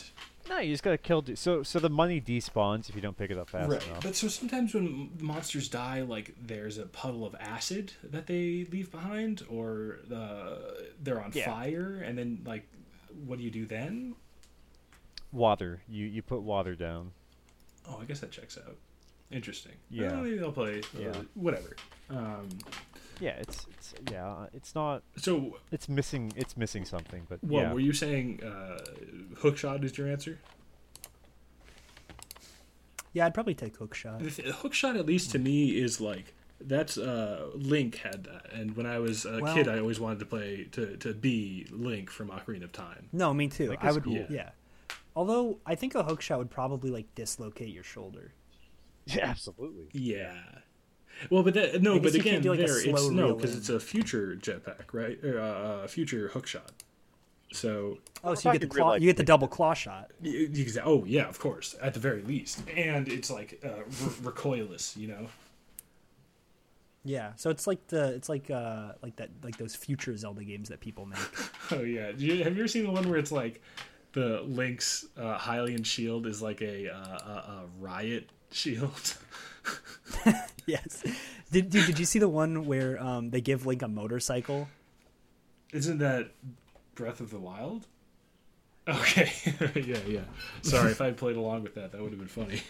S2: no, you just gotta kill. Du- so so the money despawns if you don't pick it up fast
S3: Right,
S2: enough.
S3: but so sometimes when monsters die, like there's a puddle of acid that they leave behind, or the they're on
S2: Yeah.
S3: fire, and then like, what do you do then?
S2: Water, you you put water down.
S3: Oh, I guess that checks out. Interesting.
S2: Yeah.
S3: Uh, maybe I'll play. uh,
S2: Yeah.
S3: whatever. Um,
S2: Yeah, it's, it's yeah, it's not.
S3: so
S2: It's missing. It's missing something. But
S3: what
S2: yeah,
S3: were you saying? Uh, hookshot is your answer.
S1: Yeah, I'd probably take hook shot.
S3: The th- hookshot, at least to me, is like that's uh, Link had that, and when I was a
S1: Well-
S3: kid, I always wanted to play to to be Link from Ocarina of Time.
S1: No, me too.
S2: Like
S1: I
S2: it's
S1: would.
S3: cool.
S1: Yeah. Although I think a hook shot would probably like dislocate your shoulder.
S2: Yeah,
S5: absolutely.
S3: Yeah. Well, but that no,
S1: guess
S3: but
S1: you can't
S3: again,
S1: do, like, a
S3: there it's
S1: slow
S3: no
S1: reel
S3: because
S1: in.
S3: it's a future jetpack, right? Or, uh, a future hookshot. So
S1: Oh,
S5: We're
S1: so you get the
S5: talking real
S1: claw,
S5: life
S1: you get the
S5: here.
S1: double claw shot.
S3: y- you can say, oh yeah, of course, at the very least, and it's like uh, re- recoilless, you know.
S1: Yeah. So it's like the it's like uh like that like those future Zelda games that people make.
S3: Oh yeah, Do you, have you ever seen the one where it's like the Link's uh, Hylian shield is like a, uh, a, a riot shield?
S1: yes. Did dude, did you see the one where um they give Link a motorcycle?
S3: Isn't that Breath of the Wild? Okay, yeah, yeah. Sorry if I played along with that, that would have been funny.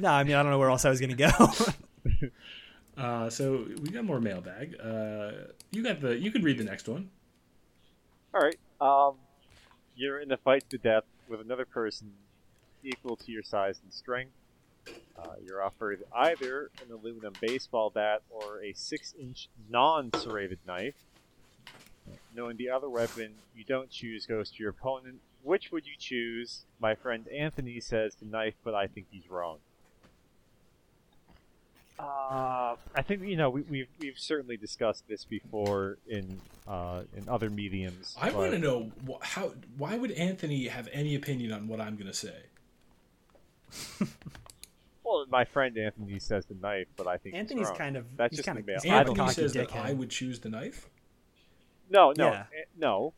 S1: No, I mean I don't know where else I was gonna go.
S3: Uh, so we got more mailbag. Uh, you got the. You can read the next one.
S5: All right. Um, you're in a fight to death with another person equal to your size and strength. Uh, you're offered either an aluminum baseball bat or a six-inch non-serrated knife. Knowing the other weapon you don't choose goes to your opponent. Which would you choose? My friend Anthony says the knife, but I think he's wrong. Uh,
S2: I think you know we, we've we've certainly discussed this before in uh, in other mediums.
S3: I want to
S2: but-
S3: know wh- how. Why would Anthony have any opinion on what I'm going to say?
S2: Well, my friend Anthony says the knife, but I think he's
S1: Anthony's
S2: wrong.
S1: kind of
S2: That's
S1: he's
S2: just
S1: kind
S2: the
S1: of
S2: male.
S1: he's kind of a
S3: Anthony
S1: cocky
S3: says that
S1: dickhead.
S3: I would choose the knife.
S2: no, no,
S1: Yeah.
S2: eh, no.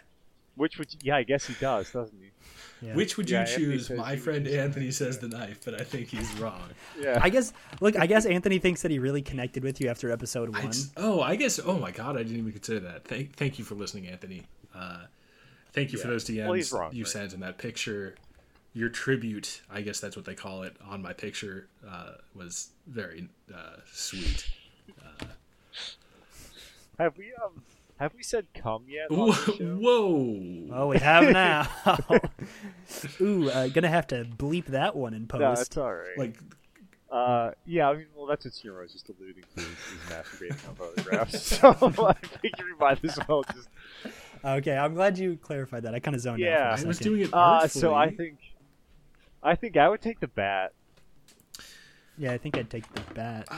S2: Which would yeah, I guess he does, doesn't he?
S1: Yeah.
S3: Which would you
S2: Yeah, Anthony
S3: choose?
S2: says
S3: My
S2: he would
S3: friend
S2: choose the
S3: Anthony says the knife, but I think he's wrong.
S2: Yeah.
S1: I guess look, I guess Anthony thinks that he really connected with you after episode
S3: I
S1: one.
S3: just- oh, I guess. Oh my God, I didn't even consider that. Thank, thank you for listening, Anthony. Uh, thank you for
S2: Yeah.
S3: those DMs
S2: Well, he's wrong,
S3: you
S2: right?
S3: sent and that picture. Your tribute, I guess that's what they call it, on my picture uh, was very uh, sweet.
S2: Have we um have we said come yet? on
S3: Whoa!
S2: the show?
S3: whoa.
S1: Oh, we have now. Ooh, uh, gonna have to bleep that one in
S2: No,
S1: post.
S2: it's all right.
S3: Like
S2: uh, yeah, I mean, well, that's what Shiro was just alluding to is, is masturbating on photographs. so I figure we might as well just.
S1: okay, I'm glad you clarified that. I kind of zoned out. for a
S2: Yeah.
S3: I was
S1: second.
S3: doing it
S2: Uh,
S3: artfully.
S2: so I think, I think I would take the bat.
S1: Yeah, I think I'd take the bat.
S3: Uh,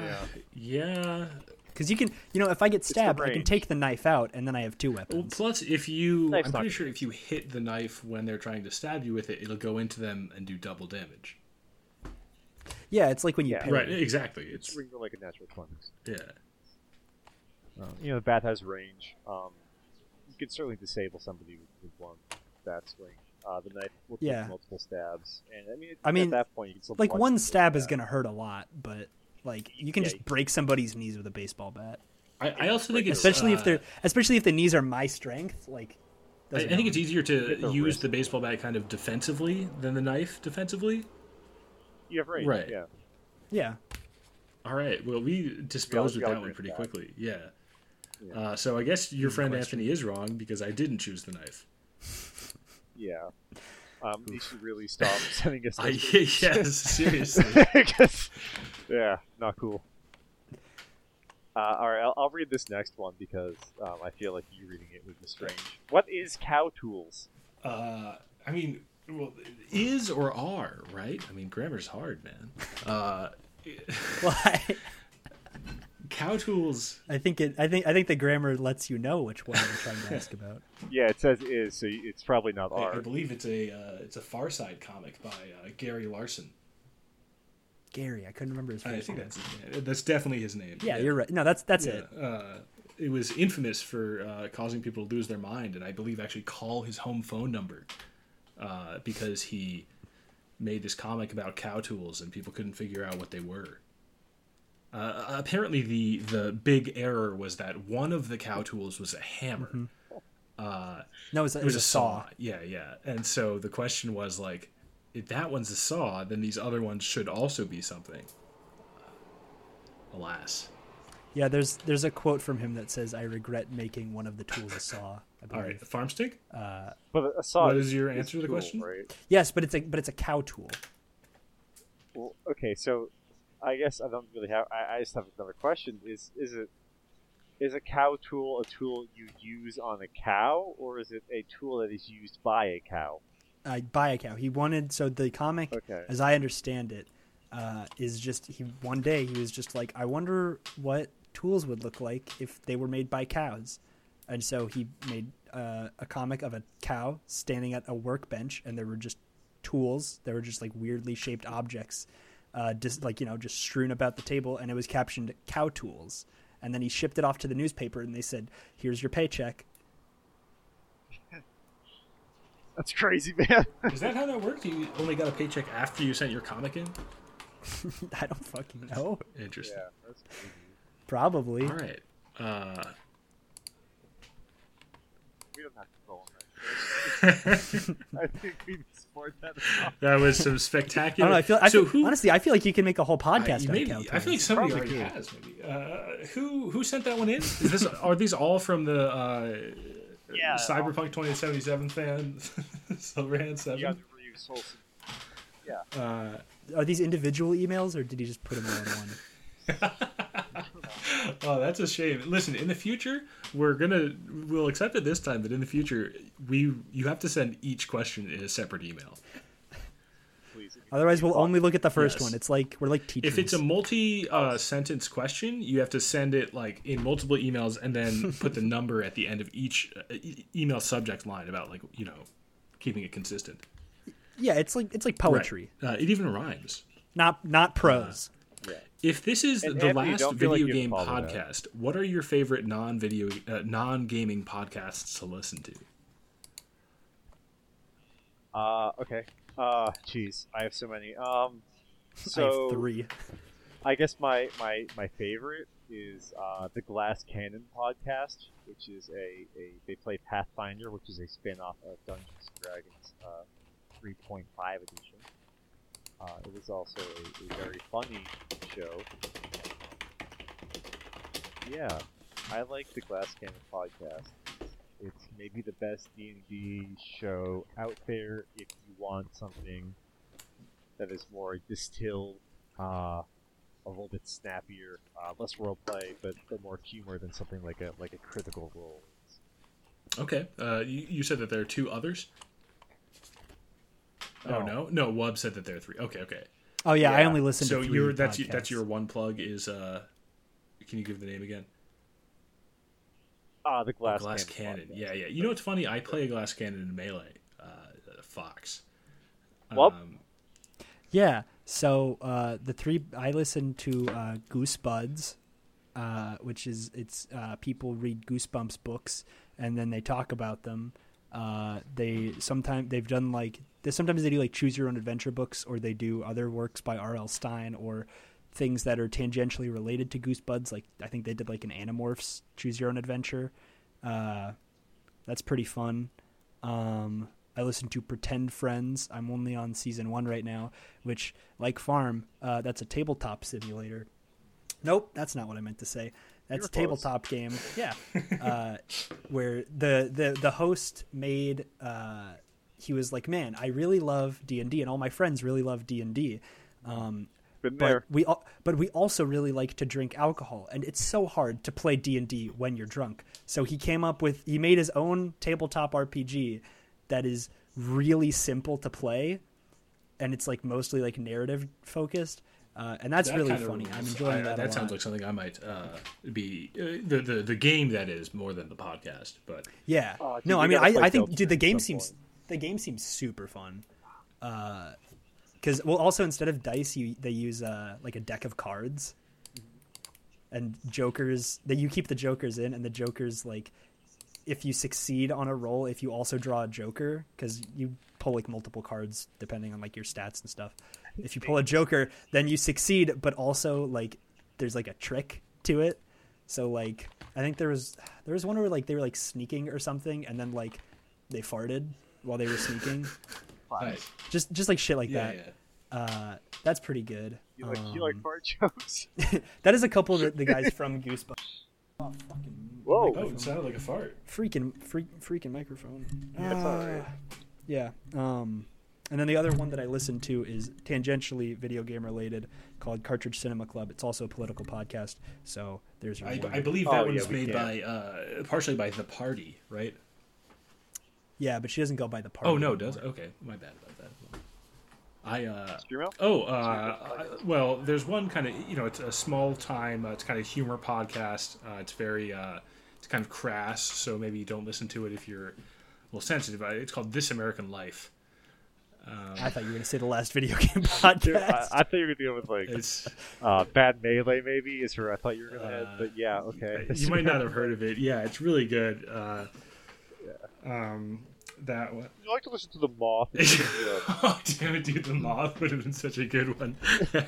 S3: yeah.
S2: Yeah.
S1: because you can, you know, if I get
S2: the
S1: stabbed, I can
S2: range.
S1: take the knife out, and then I have two
S3: Well,
S1: weapons.
S3: plus if you,
S2: Knife's
S3: I'm
S2: not
S3: pretty
S2: good.
S3: sure if you hit the knife when they're trying to stab you with it, it'll go into them and do double damage.
S1: Yeah, it's like when you
S2: Yeah.
S1: parry.
S3: Right, exactly. It's
S2: Ring like a natural twenties.
S3: yeah,
S6: Oh.
S1: Um,
S2: You know, the bat has range. Um, you can certainly disable somebody with, with one bat swing. Uh, the knife will take
S1: Yeah.
S2: multiple stabs, and I mean,
S1: I mean,
S2: at that point, you can still
S1: Like
S2: punch
S1: one
S2: with
S1: stab
S2: the
S1: is
S2: bat.
S1: gonna hurt a lot, but like you can
S2: Yeah,
S1: just
S2: you-
S1: break somebody's knees with a baseball bat.
S3: I, I also think it's
S1: especially
S3: uh,
S1: if they're especially if the knees are my strength. Like,
S3: I, I
S1: doesn't
S3: think it's
S1: matter.
S3: easier
S2: Hit the
S3: to use
S2: wrist.
S3: the baseball bat kind of defensively than the knife defensively.
S2: You have range,
S3: Right.
S2: Yeah.
S3: e-
S1: yeah.
S3: All right. Well, we disposed
S2: we
S3: of
S2: all
S3: that
S2: agree
S3: one
S2: with
S3: pretty
S2: that.
S3: quickly. Yeah.
S2: Yeah.
S3: Uh, so I guess your friend
S1: question.
S3: Anthony is wrong because I didn't choose the knife.
S2: Yeah. Um, you should really stop sending us.
S3: I,
S2: those
S3: yes, seriously.
S2: Because- yeah, not cool. Uh, all right, I'll, I'll read this next one because um, I feel like you reading it would be strange. What is cow tools?
S3: Uh, I mean, well, is or are right? I mean, grammar's hard, man. Uh,
S1: Well, I,
S3: cow tools.
S1: I think it. I think I think the grammar lets you know which one I'm trying to ask about.
S2: Yeah, it says is, so y- it's probably not
S3: I, I
S2: R.
S3: believe it's a uh, it's a Far Side comic by uh, Gary Larson.
S1: Gary, I couldn't remember his
S3: I
S1: first
S3: think
S1: name.
S3: that's that's definitely his name.
S1: Yeah, you're right. No, that's that's it.
S3: Yeah, Uh, it was infamous for uh, causing people to lose their mind, and I believe actually call his home phone number uh, because he made this comic about cow tools, and people couldn't figure out what they were. Uh, apparently, the the big error was that one of the cow tools was a hammer.
S1: No, it was, it was a saw.
S3: Yeah, yeah. And so the question was like, if that one's a saw, then these other ones should also be something. Alas.
S1: Yeah, there's there's a quote from him that says, "I regret making one of the tools a saw." I
S3: All
S1: believe. Uh,
S3: right, farm stick.
S2: But a saw.
S3: What is your answer to the
S2: tool,
S3: question?
S2: Right?
S1: Yes, but it's a but it's a cow tool.
S2: Well, okay, so I guess I don't really have. I, I just have another question: Is is it is a cow tool a tool you use on a cow, or is it a tool that is used by a cow?
S1: I buy a cow. He wanted so the comic,
S2: Okay.
S1: as I understand it, uh, is just he one day he was just like, I wonder what tools would look like if they were made by cows, and so he made uh, a comic of a cow standing at a workbench, and there were just tools. There were just like weirdly shaped objects, uh, just like you know just strewn about the table, and it was captioned "cow tools." And then he shipped it off to the newspaper, and they said, "Here's your paycheck."
S2: That's crazy, man.
S3: Is that how that worked? You only got a paycheck after you sent your comic in?
S1: I don't fucking know.
S3: Interesting.
S2: yeah, that's crazy.
S1: Probably.
S3: All right. Uh,
S2: We don't have to go on that. I think we support that.
S3: that was some
S1: I
S3: spectacular.
S1: don't know. I feel. I
S3: so
S1: feel-
S3: who?
S1: honestly, I feel like you can make a whole
S3: I,
S1: podcast
S3: maybe,
S1: out of cow
S3: I feel like somebody already
S2: Probably
S3: has. Maybe. Uh, who who sent that one in? Is this are these all from the uh,
S2: Yeah,
S3: Cyberpunk 2077 fans? Silverhand
S2: You guys
S3: Seven.
S2: are really wholesome.
S3: Uh,
S1: Are these individual emails, or did you just put them all in one?
S3: oh, that's a shame. Listen, in the future, we're gonna we'll accept it this time, but in the future, we you have to send each question in a separate email.
S2: Please.
S1: Otherwise, we'll only look at the first
S3: Yes.
S1: one. It's like we're like teachers.
S3: If it's a multi uh, sentence question, you have to send it like in multiple emails and then put the number at the end of each uh, e- email subject line about like you know keeping it consistent.
S1: yeah, it's like it's like poetry,
S3: Right. Uh, it even rhymes.
S1: not not prose.
S3: If this is
S2: And
S3: the
S2: Anthony,
S3: last
S2: don't feel
S3: video
S2: like you
S3: game
S2: follow that.
S3: podcast, what are your favorite non video uh, non gaming podcasts to listen to?
S2: Uh, okay. Uh, jeez, I have so many. Um, so
S1: I have three.
S2: I guess my my my favorite is uh, the Glass Cannon podcast, which is a, a they play Pathfinder, which is a spin-off of Dungeons and Dragons uh, 3.5 edition. Uh, it is also a, a very funny show. Yeah, I like the Glass Cannon podcast. It's maybe the best D&D show out there if you want something that is more distilled uh, a little bit snappier, uh, less roleplay, but but more humor than something like a like a critical role.
S3: Okay, uh, you, you said that there are two others. Oh no, no. Wub said that there are three. Okay, okay.
S1: Oh yeah, I
S2: Yeah.
S1: only listen
S3: so
S1: to.
S3: your that's
S1: your
S3: that's your one plug is uh Can you give the name again?
S5: Ah, the
S3: A
S5: glass,
S3: glass
S5: cannon.
S3: cannon. Yeah, yeah. You know what's funny? I play a glass cannon in melee. Uh, uh, Fox.
S5: Well-
S3: Um,
S1: Yeah. So uh, the three I listened to uh, Goosebuds, uh, which is it's uh, people read Goosebumps books and then they talk about them. Uh, they sometimes they've done like they, sometimes they do like choose your own adventure books or they do other works by R.L. Stein or things that are tangentially related to Goosebuds. Like I think they did like an Animorphs choose your own adventure. Uh, that's pretty fun. Um, I listen to Pretend Friends. I'm only on season one right now, which, like Farm, uh, that's a tabletop simulator. Nope, that's not what I meant to say. That's
S5: were
S1: a
S5: close.
S1: tabletop game. Yeah, uh, where the, the the host made. Uh, he was like, "Man, I really love D and D, and all my friends really love D and D." Um,
S5: Been
S1: but
S5: there.
S1: we al- but we also really like to drink alcohol and it's so hard to play D&D when you're drunk. So he came up with he made his own tabletop RPG that is really simple to play and it's like mostly like narrative focused. Uh, and that's
S3: that
S1: really
S3: kinda
S1: funny.
S3: rules.
S1: I'm enjoying
S3: I-
S1: that.
S3: That
S1: a
S3: sounds
S1: lot.
S3: like something I might uh, be uh, the, the the game that is more than the podcast. But
S1: Yeah.
S5: Oh, dude,
S1: no,
S5: we
S1: I mean,
S5: gotta
S1: I,
S5: play
S1: I think
S5: Delta
S1: dude, the
S5: at
S1: game
S5: some
S1: seems
S5: point.
S1: the game seems super fun. Because well, also instead of dice, you they use uh, like a deck of cards, and jokers that you keep the jokers in, and the jokers like if you succeed on a roll, if you also draw a joker, because you pull like multiple cards depending on like your stats and stuff. If you pull a joker, then you succeed, but also like there's like a trick to it. So like I think there was there was one where like they were like sneaking or something, and then like they farted while they were sneaking.
S3: nice.
S1: just just like shit like
S3: yeah,
S1: that.
S3: yeah.
S1: Uh, that's pretty good.
S5: You like you
S1: Um,
S5: like fart jokes?
S1: that is a couple of the, the guys from Goosebumps.
S5: Whoa!
S3: Oh, it sounded like a fart.
S1: Freaking freak, freaking microphone.
S5: Yeah, it's all right.
S1: Ah, Yeah. Um, and then the other one that I listen to is tangentially video game related, called Cartridge Cinema Club. It's also a political podcast, so there's your
S3: I,
S1: one.
S3: I believe
S5: Oh,
S3: that
S5: yeah,
S3: one's
S5: we
S3: made
S5: can't.
S3: by uh, partially by the party, right?
S1: yeah, but she doesn't go by the part.
S3: Oh no, it does okay. My bad about that. I uh
S5: Streamo?
S3: oh uh I- well, there's one kind of you know it's a small time uh, it's kind of humor podcast. Uh, it's very uh it's kind of crass, so maybe you don't listen to it if you're a little sensitive. I- It's called This American Life.
S1: I thought you were gonna say the last video game podcast.
S5: Dude, I, I thought you were gonna go with like
S3: It's
S5: uh, bad melee, maybe is where I thought you were gonna head, but yeah, okay.
S3: Uh, you might not have heard of it. Yeah, it's really good. Uh, um, that one.
S5: You like to listen to the moth?
S3: oh damn it, dude! The moth would have been such a good one.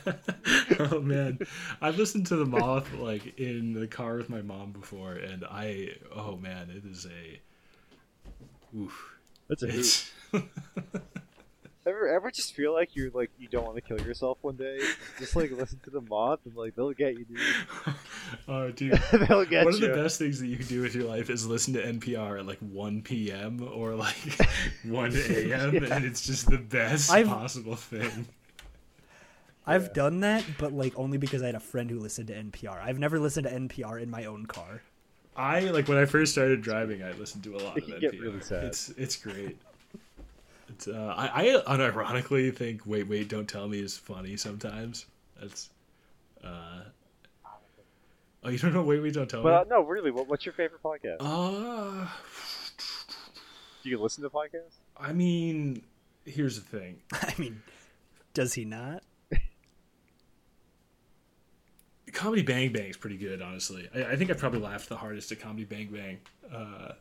S3: oh man, I've listened to the moth like in the car with my mom before, and I oh man, it is a oof.
S5: That's a hoot.
S3: It's,
S5: Ever ever just feel like you're like you don't want to kill yourself one day? Just like listen to the moth and like they'll get you. Dude.
S3: oh dude.
S5: they'll get
S3: One of
S5: you.
S3: the best things that you can do with your life is listen to NPR at like 1 p.m. or like 1 a.m. and it's just the best
S1: I've-
S3: possible thing.
S1: I've done that, but like only because I had a friend who listened to NPR. I've never listened to NPR in my own car.
S3: I like when I first started driving, I listened to a lot
S5: It
S3: of
S5: can
S3: NPR.
S5: get really sad.
S3: It's it's great. It's, uh, I, I unironically think "Wait, wait, don't tell me" is funny sometimes. That's. Uh, oh, you don't know "Wait, wait, don't tell
S5: But uh,
S3: me."
S5: no, really, what, what's your favorite podcast?
S3: Uh,
S5: Do you listen to podcasts?
S3: I mean, here's the thing.
S1: I mean, does he not?
S3: Comedy Bang Bang is pretty good, honestly. I, I think I probably laughed the hardest at Comedy Bang Bang, uh,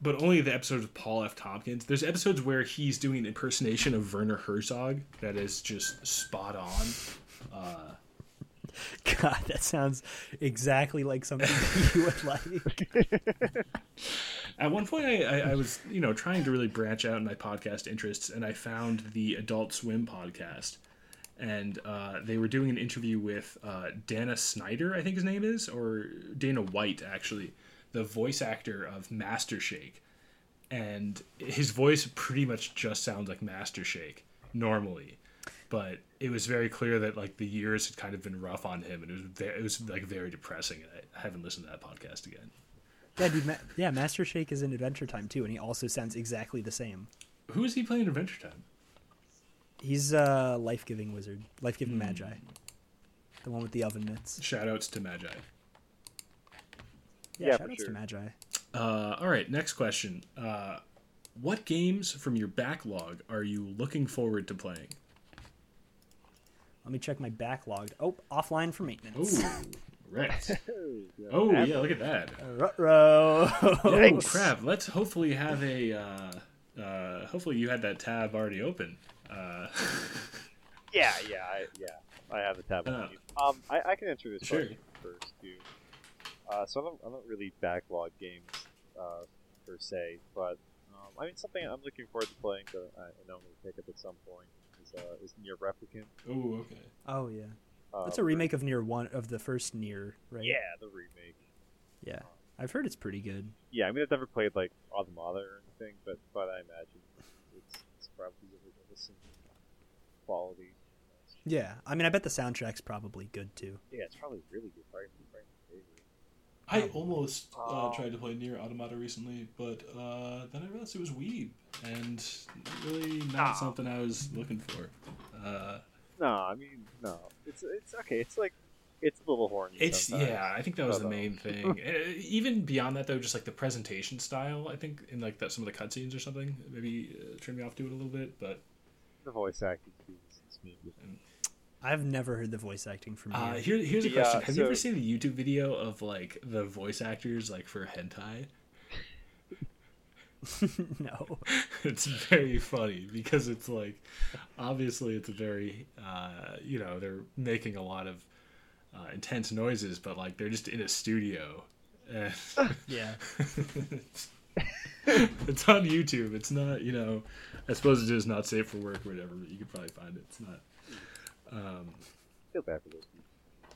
S3: but only the episodes with Paul F. Tompkins. There's episodes where he's doing an impersonation of Werner Herzog that is just spot on.
S1: God, that sounds exactly like something you would like.
S3: At one point, I, I, I was you know trying to really branch out in my podcast interests, and I found the Adult Swim podcast, and uh, they were doing an interview with uh, Dana Snyder, I think his name is, or Dana White, actually, the voice actor of Master Shake, and his voice pretty much just sounds like Master Shake normally. But it was very clear that like the years had kind of been rough on him, and it was very, it was like very depressing. And I haven't listened to that podcast again.
S1: Yeah, dude, Ma- yeah, Master Shake is in Adventure Time too, and he also sounds exactly the same.
S3: Who is he playing in Adventure Time?
S1: He's a
S2: Hmm.
S1: life-giving wizard, life-giving magi, the one with the oven mitts.
S3: Shoutouts to Magi.
S1: Yeah,
S2: Yeah, for
S1: shout outs
S2: sure.
S1: to Magi.
S3: Uh, all right, next question. Uh, what games from your backlog are you looking forward to playing?
S1: Let me check my backlog. Oh, offline for maintenance.
S3: Oh, right.
S2: Yeah.
S3: Oh, yeah, look at that.
S1: Ruh-roh.
S3: Oh, crap. Let's hopefully have a. Uh, uh, hopefully, you had that tab already open. Uh,
S2: Yeah, yeah, I, yeah. I have the tab.
S3: Uh,
S2: on you. um, I, I can answer this
S3: sure.
S2: question first too. Uh, so I don't, I don't really backlog games uh, per se, but um, I mean something I'm looking forward to playing that I, I know I'm going to pick up at some point is, uh, is Near Replicant.
S3: oh, okay.
S1: Oh yeah,
S2: Uh,
S1: that's a remake of Near One of the first Near, right?
S2: Yeah, the remake. Um,
S1: yeah. I've heard it's pretty good.
S2: Yeah, I mean I've never played like Automata or anything, but but I imagine it's, it's probably going to some quality.
S1: Yeah, I mean, I bet the soundtrack's probably good too.
S2: Yeah, it's probably really good. Probably, probably my favorite.
S3: I almost uh,
S2: Oh.
S3: tried to play Near Automata recently, but uh, then I realized it was Weeb, and really not
S2: Ah.
S3: something I was looking for. Uh,
S2: No, I mean no. It's it's okay. It's like it's a little horny.
S3: it's
S2: sometimes.
S3: yeah, I think that was the
S2: But, uh,
S3: main thing. Uh, Even beyond that, though, just like the presentation style, I think in like that some of the cutscenes or something, maybe uh, turned me off to it a little bit. But
S2: The voice acting is is maybe.
S1: I've never heard the voice acting from
S3: uh,
S1: Near.
S3: here, here's a
S2: Yeah,
S3: question: Have you ever
S2: so-
S3: seen the YouTube video of like the voice actors like for hentai?
S1: no.
S3: it's very funny because it's like obviously it's a very uh, you know they're making a lot of uh, intense noises but like they're just in a studio And
S1: Yeah.
S3: it's, it's on youtube it's not you know i suppose it is not safe for work or whatever but you could probably find it it's not um,
S2: I feel bad for those people.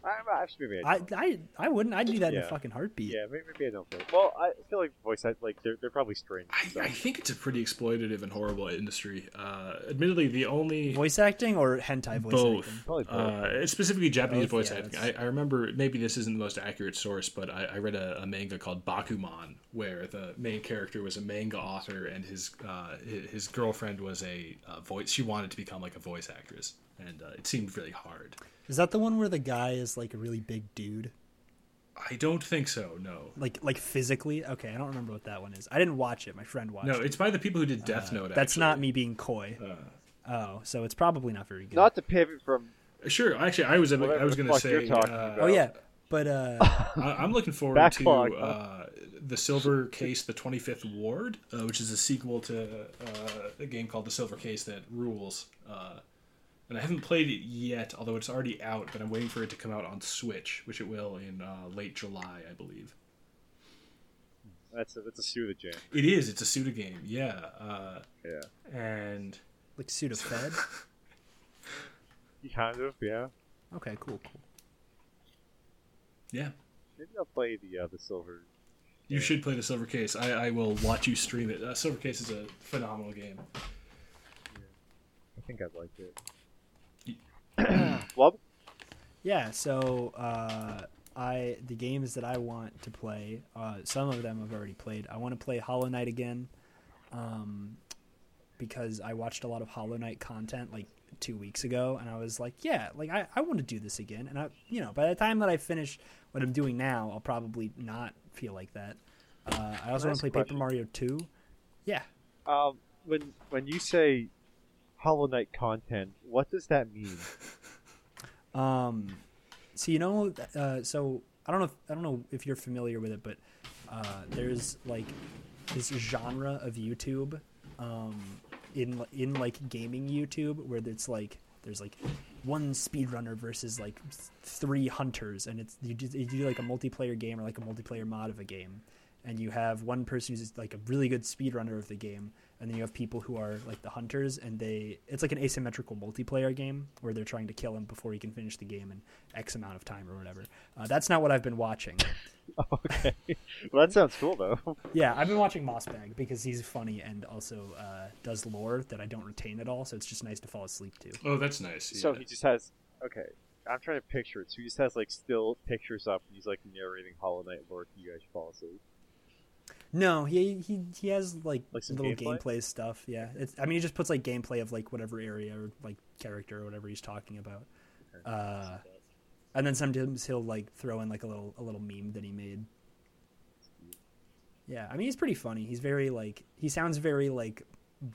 S2: I, I actually maybe I
S1: I,
S2: don't.
S1: I I wouldn't. I'd do that in a
S2: Yeah.
S1: fucking heartbeat.
S2: yeah, maybe, maybe I don't play. Well, I feel like voice act like they're they're probably strange.
S3: I,
S2: so.
S3: I think it's a pretty exploitative and horrible industry uh, admittedly the only
S1: Voice acting or hentai voice
S3: both.
S1: acting?
S2: Probably both.
S3: Uh, it's specifically Japanese
S1: Both,
S3: voice
S1: yeah,
S3: acting. I,
S1: that's-
S3: I remember maybe this isn't the most accurate source, but I, I read a, a manga called Bakuman where the main character was a manga author and his uh, his, his girlfriend was a uh, voice. She wanted to become like a voice actress, and uh, it seemed really hard.
S1: Is that the one where the guy is like a really big dude?
S3: I don't think so. No,
S1: Like like physically? Okay, I don't remember what that one is. I didn't watch it. My friend watched.
S3: no,
S1: it.
S3: it's by the people who did Death Note.
S1: Uh, That's
S3: actually. Uh.
S1: not me being coy. oh, so it's probably not very good.
S2: Not to pivot from
S3: Sure, actually, I was I
S2: Whatever
S3: was
S2: the
S3: gonna
S2: fuck
S3: say.
S2: you're talking
S3: uh,
S2: about.
S1: oh yeah, but uh,
S3: I, I'm looking forward
S2: Backlog,
S3: to
S2: huh?
S3: uh, the Silver Case, the 25th Ward, uh, which is a sequel to uh, a game called The Silver Case that rules. Uh, and I haven't played it yet, although it's already out. But I'm waiting for it to come out on Switch, which it will in uh, late July, I believe.
S2: that's a, that's a pseudo jam.
S3: It is. It's a pseudo game. Yeah. Uh,
S2: Yeah,
S3: and
S1: like suit of fed.
S2: kind of. Yeah,
S1: Okay, cool, cool.
S3: yeah.
S2: maybe I'll play the uh, the silver.
S3: You should play the Silver Case. I, I will watch you stream it. Uh, Silver Case is a phenomenal game.
S2: I think I'd like it. Well,
S1: Yeah, so uh, I the games that I want to play, uh, some of them I've already played. I want to play Hollow Knight again, um, because I watched a lot of Hollow Knight content like two weeks ago, and I was like, yeah, like I, I want to do this again. And I, you know, by the time that I finish what I'm doing now, I'll probably not feel like that. Uh, I also want
S2: I ask
S1: to
S2: a
S1: play Paper
S2: question?
S1: Mario Two. Yeah,
S2: um, when when you say Hollow Knight content, what does that mean?
S1: Um, so you know, uh, so I don't know, if, I don't know if you're familiar with it, but uh, there's like this genre of YouTube, um, in in like gaming YouTube, where it's like there's like one speedrunner versus like three hunters, and it's you do, you do like a multiplayer game or like a multiplayer mod of a game, and you have one person who's like a really good speedrunner of the game and then you have people who are like the hunters and they it's like an asymmetrical multiplayer game where they're trying to kill him before he can finish the game in x amount of time or whatever uh, that's not what i've been watching
S2: okay, well that sounds cool though.
S1: yeah i've been watching mossbag because he's funny and also uh, does lore that i don't retain at all so it's just nice to fall asleep to
S3: Oh, that's nice.
S2: So
S3: yeah.
S2: he just has okay. I'm trying to picture it. So he just has like still pictures up, and he's like narrating Hollow Knight lore. You guys should fall asleep.
S1: no he he, he has like,
S2: Like some
S1: little
S2: gameplay?
S1: gameplay? stuff yeah it's i mean he just puts like gameplay of like whatever area or like character or whatever he's talking about uh, and then sometimes he'll like throw in like a little a little meme that he made Yeah, I mean he's pretty funny. He's very like he sounds very like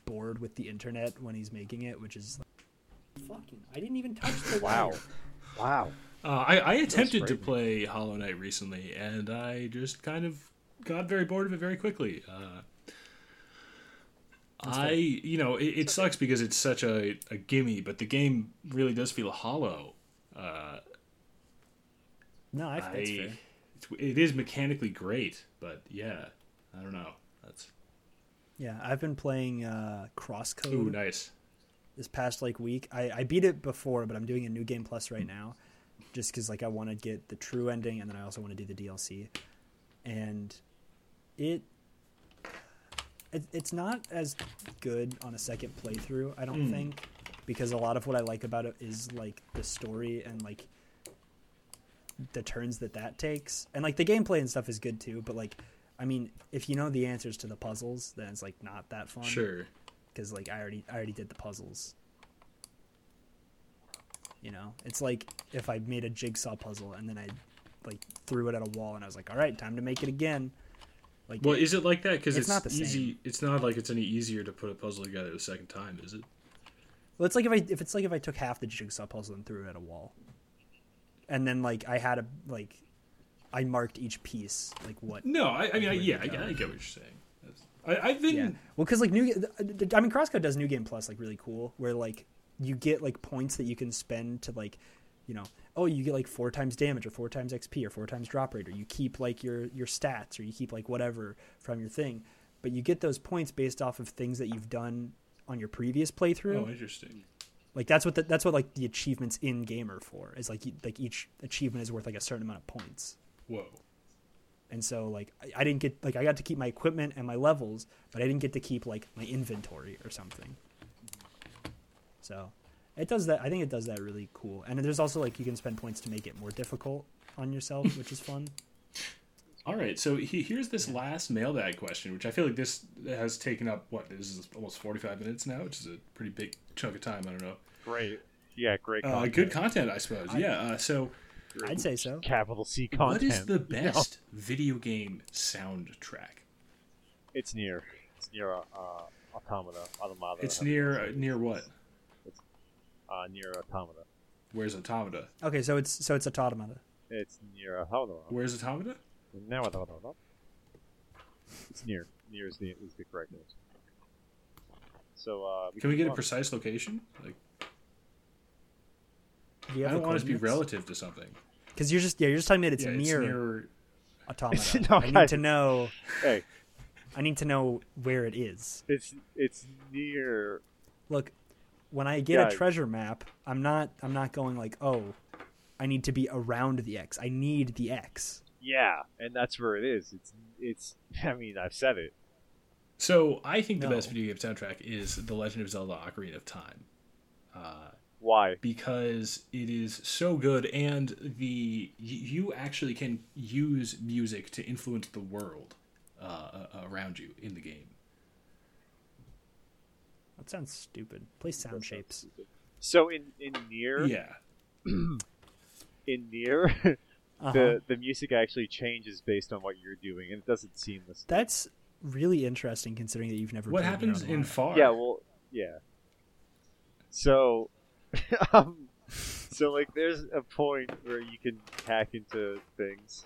S1: bored with the internet when he's making it, which is like, fucking. I didn't even touch the
S2: Wow.
S1: wire.
S2: Wow.
S3: Uh, I, I attempted to
S2: frightening.
S3: play Hollow Knight recently, and I just kind of got very bored of it very quickly. Uh, I, you know, it, it sucks because it's such a, a gimme, but the game really does feel hollow. Uh,
S1: No, I,
S3: I,
S1: that's fair.
S3: it's, it is mechanically great, but yeah, I don't know. That's
S1: Yeah, I've been playing uh, Crosscode
S3: ooh, nice.
S1: this past like week. I, I beat it before, but I'm doing a new game plus right now, just because like I want to get the true ending, and then I also want to do the DLC. And it, it it's not as good on a second playthrough, I don't think, because a lot of what I like about it is like the story and like the turns that that takes, and like the gameplay and stuff is good too. But like, I mean, if you know the answers to the puzzles, then it's like not that fun
S3: Sure.
S1: because like I already I already did the puzzles. You know, it's like if I made a jigsaw puzzle and then I like threw it at a wall and I was like, all right, time to make it again. Like,
S3: Well, is it like that? Because
S1: It's
S3: it's,
S1: not the
S3: easy. It's not like it's any easier to put a puzzle together the second time, is it?
S1: well, it's like if I if it's like if I took half the jigsaw puzzle and threw it at a wall, and then like I had a like, I marked each piece like what.
S3: No, I, I mean,
S1: Where
S3: I, yeah,
S1: to
S3: I,
S1: go.
S3: I get what you're saying. That's- I, I've been.
S1: Yeah. Well, because like new, I mean, Crosscut does New Game Plus like really cool, where like you get like points that you can spend to like, you know, oh, you get like four times damage or four times XP or four times drop rate, or you keep like your your stats or you keep like whatever from your thing, but you get those points based off of things that you've done on your previous playthrough.
S3: Oh, interesting.
S1: like that's what the, that's what like the achievements in game are for. Is like you, like each achievement is worth like a certain amount of points.
S3: Whoa.
S1: And so like I, I didn't get like I got to keep my equipment and my levels, but I didn't get to keep like my inventory or something. So it does that I think it does that really cool. And there's also like you can spend points to make it more difficult on yourself, which is fun.
S3: All right, so he, here's this last mailbag question, which I feel like this has taken up what this is almost 45 minutes now, which is a pretty big chunk of time. I don't know.
S2: Great. Yeah, great.
S3: Uh,
S2: content.
S3: good content, I suppose. yeah. Uh, so,
S1: I'd say so.
S7: Capital C
S3: what
S7: content.
S3: is the best video game soundtrack?
S2: It's near. It's near uh, Automata. Automata.
S3: It's near uh, near what?
S2: Uh, near Automata.
S3: Where's Automata?
S1: Okay, so it's so it's automata.
S2: It's near uh, Automata.
S3: Where's Automata?
S2: Now Automata. It's near. Near is the, is the correct answer. So uh,
S3: Can we get a
S2: move on.
S3: precise location? Like,
S1: Do you
S3: I
S1: have
S3: don't want it to be relative to something.
S1: because you're just yeah you're just telling me that it's
S3: yeah,
S1: near
S3: it's near.
S1: automata.
S7: No,
S1: I need
S7: I-
S1: to know
S2: Hey,
S1: I need to know where it is.
S2: it's it's near.
S1: Look, when I get
S2: Yeah.
S1: a treasure map, I'm not I'm not going like oh, I need to be around the X. I need the X.
S2: Yeah, and that's where it is. It's it's. I mean, I've said it.
S3: So I think the
S1: No.
S3: best video game soundtrack is The Legend of Zelda: Ocarina of Time. Uh,
S2: Why?
S3: because it is so good and the y- you actually can use music to influence the world uh, a- around you in the game
S1: That sounds stupid. Play sound shapes.
S2: So in in near
S3: yeah
S2: in near
S1: Uh-huh.
S2: the the music actually changes based on what you're doing, and it doesn't seem this.
S1: That's really interesting considering that you've never.
S3: what
S1: played
S3: happens
S1: Neuromancer.
S3: in far
S2: Yeah, well, yeah. So, um, so like, there's a point where you can hack into things.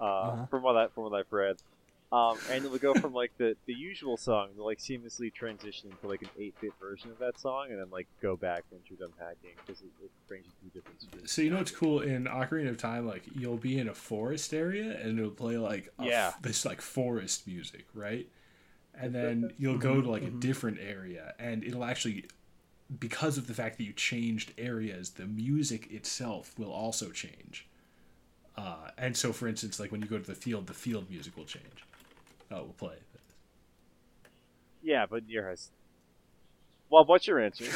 S2: Uh,
S1: Uh-huh.
S2: From what I from what I've read, um, and it will go from like the the usual song to like seamlessly transition to like an 8-bit version of that song, and then like go back once you're done hacking because it, it brings you to different. screens.
S3: so you know what's cool in ocarina of time like you'll be in a forest area and it'll play like a f-
S2: Yeah.
S3: this like forest music right and then you'll go to like
S1: Mm-hmm.
S3: a different area and it'll actually because of the fact that you changed areas the music itself will also change uh, and so for instance like when you go to the field the field music will change uh, will play
S2: Yeah, but near has. Well, what's your answer?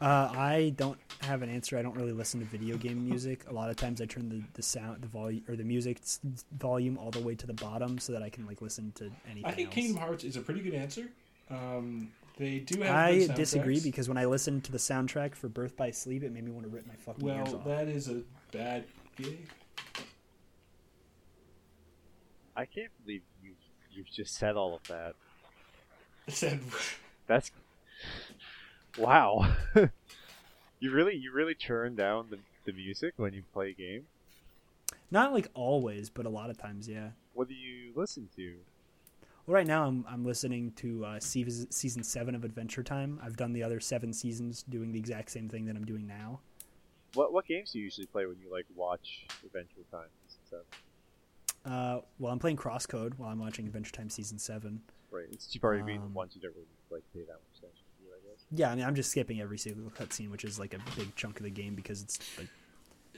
S1: Uh, I don't have an answer. I don't really listen to video game music. A lot of times I turn the, the sound, the volume, or the music s- volume all the way to the bottom so that I can like listen to anything.
S3: i think
S1: else.
S3: kingdom hearts is a pretty good answer um, they do have
S1: I
S3: good
S1: disagree
S3: soundtracks.
S1: because when I listened to the soundtrack for Birth by Sleep, it made me want to rip my fucking ears
S3: well
S1: off.
S3: that is a bad gig
S2: I can't believe you You've just said all of that.
S3: Said
S2: That's wow. you really you really turn down the, the music when you play a game.
S1: Not like always, but a lot of times, yeah.
S2: What do you listen to?
S1: Well, right now I'm I'm listening to uh, seas- season seven of Adventure Time. I've done the other seven seasons, doing the exact same thing that I'm doing now.
S2: What what games do you usually play when you like watch Adventure Time? Season seven?
S1: Uh, well, I'm playing Crosscode while I'm watching Adventure Time season seven.
S2: Right, it's too probably being the
S1: Um,
S2: ones you don't really like pay that much attention to. I guess.
S1: Yeah, I mean I'm just skipping every single cutscene, which is like a big chunk of the game because it's like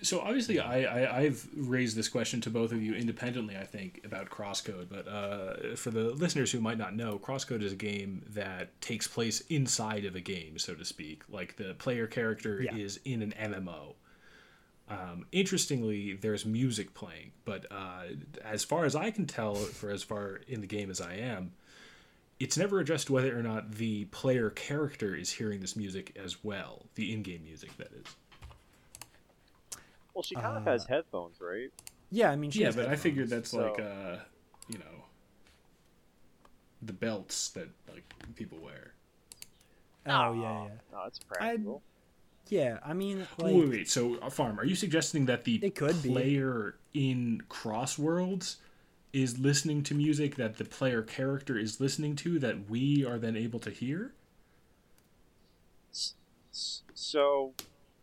S3: So obviously, I, I I've raised this question to both of you independently. I think about Crosscode, but uh, for the listeners who might not know, Crosscode is a game that takes place inside of a game, so to speak. Like the player character
S1: Yeah.
S3: is in an MMO. Um, interestingly, there's music playing, but uh, as far as I can tell, for as far in the game as I am, it's never addressed whether or not the player character is hearing this music as well. The in-game music, that is.
S2: Well, she kind of has headphones, right?
S1: yeah. I mean she
S3: Yeah,
S1: has
S3: but I
S1: headphones.
S3: figured that's
S2: so-
S3: like uh, you know, the belts that like people wear.
S1: oh yeah yeah
S2: No, it's practical.
S1: yeah. I mean like
S3: wait, wait, wait. So, uh, farm, are you suggesting that the
S1: It could be.
S3: player in Crossworlds is listening to music that the player character is listening to that we are then able to hear?
S2: S- So,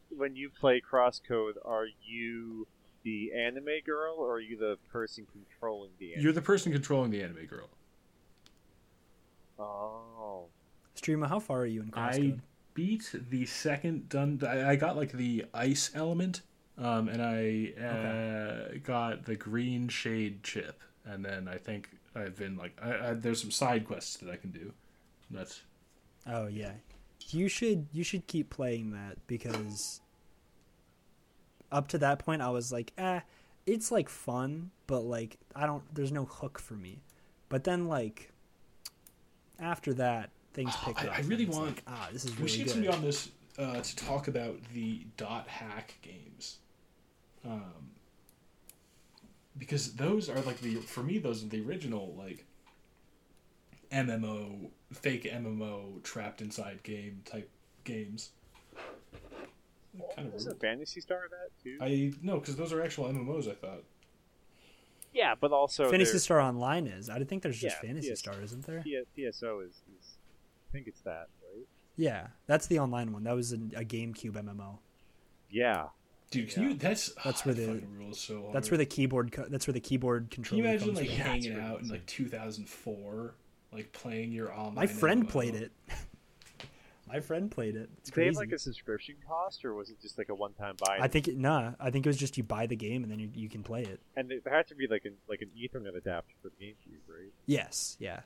S2: when you play Crosscode, are you the anime girl or are you the person controlling the anime?
S3: You're the person controlling the anime girl.
S2: Oh,
S1: streamer, how far are you in
S3: I
S1: Crosscode?
S3: beat the second dun. I, I got like the ice element, um, and I uh, got the green shade chip, and then I think I've been like, I, I, there's some side quests that I can do. That's
S1: Oh yeah, you should you should keep playing that because up to that point I was like, eh, it's like fun, but like I don't. There's no hook for me. But then like after that, things
S3: Oh,
S1: pick
S3: I-
S1: up.
S3: I
S1: and
S3: really
S1: it's
S3: want-
S1: like, ah, this is
S3: we
S1: really
S3: should
S1: good.
S3: get somebody on this uh, to talk about the dot hack games, um, because those are like the for me those are the original like MMO fake MMO trapped inside game type games. Kind of
S2: isn't
S3: rude.
S2: Fantasy Star that too?
S3: I no, because those are actual MMOs. I thought.
S2: yeah, but also
S1: Fantasy
S2: their-
S1: Star Online is. I think there's just
S2: Yeah,
S1: Fantasy
S2: yes.
S1: Star, isn't there?
S2: P- PSO is, is. I think it's that, right?
S1: Yeah, that's the online one. That was an, a GameCube MMO.
S2: Yeah.
S3: Dude, can
S2: Yeah.
S3: you? That's
S1: That's
S3: ah,
S1: where
S3: that
S1: the-
S3: fucking rules so hard.
S1: That's where the keyboard. Co- that's where the keyboard
S3: Can
S1: controller.
S3: you imagine
S1: comes
S3: like
S1: from.
S3: hanging
S2: That's
S3: out in
S2: ridiculous.
S3: like 2004, like playing your online?
S1: My friend
S3: MMO?
S1: played it. My friend played it. It's
S2: Did they
S1: crazy.
S2: have like a subscription cost, or was it just like a one-time buy?
S1: I think it, nah. I think it was just you buy the game and then you, you can play it.
S2: and there had to be like an like an Ethernet adapter for the GameCube, right?
S1: Yes, yeah.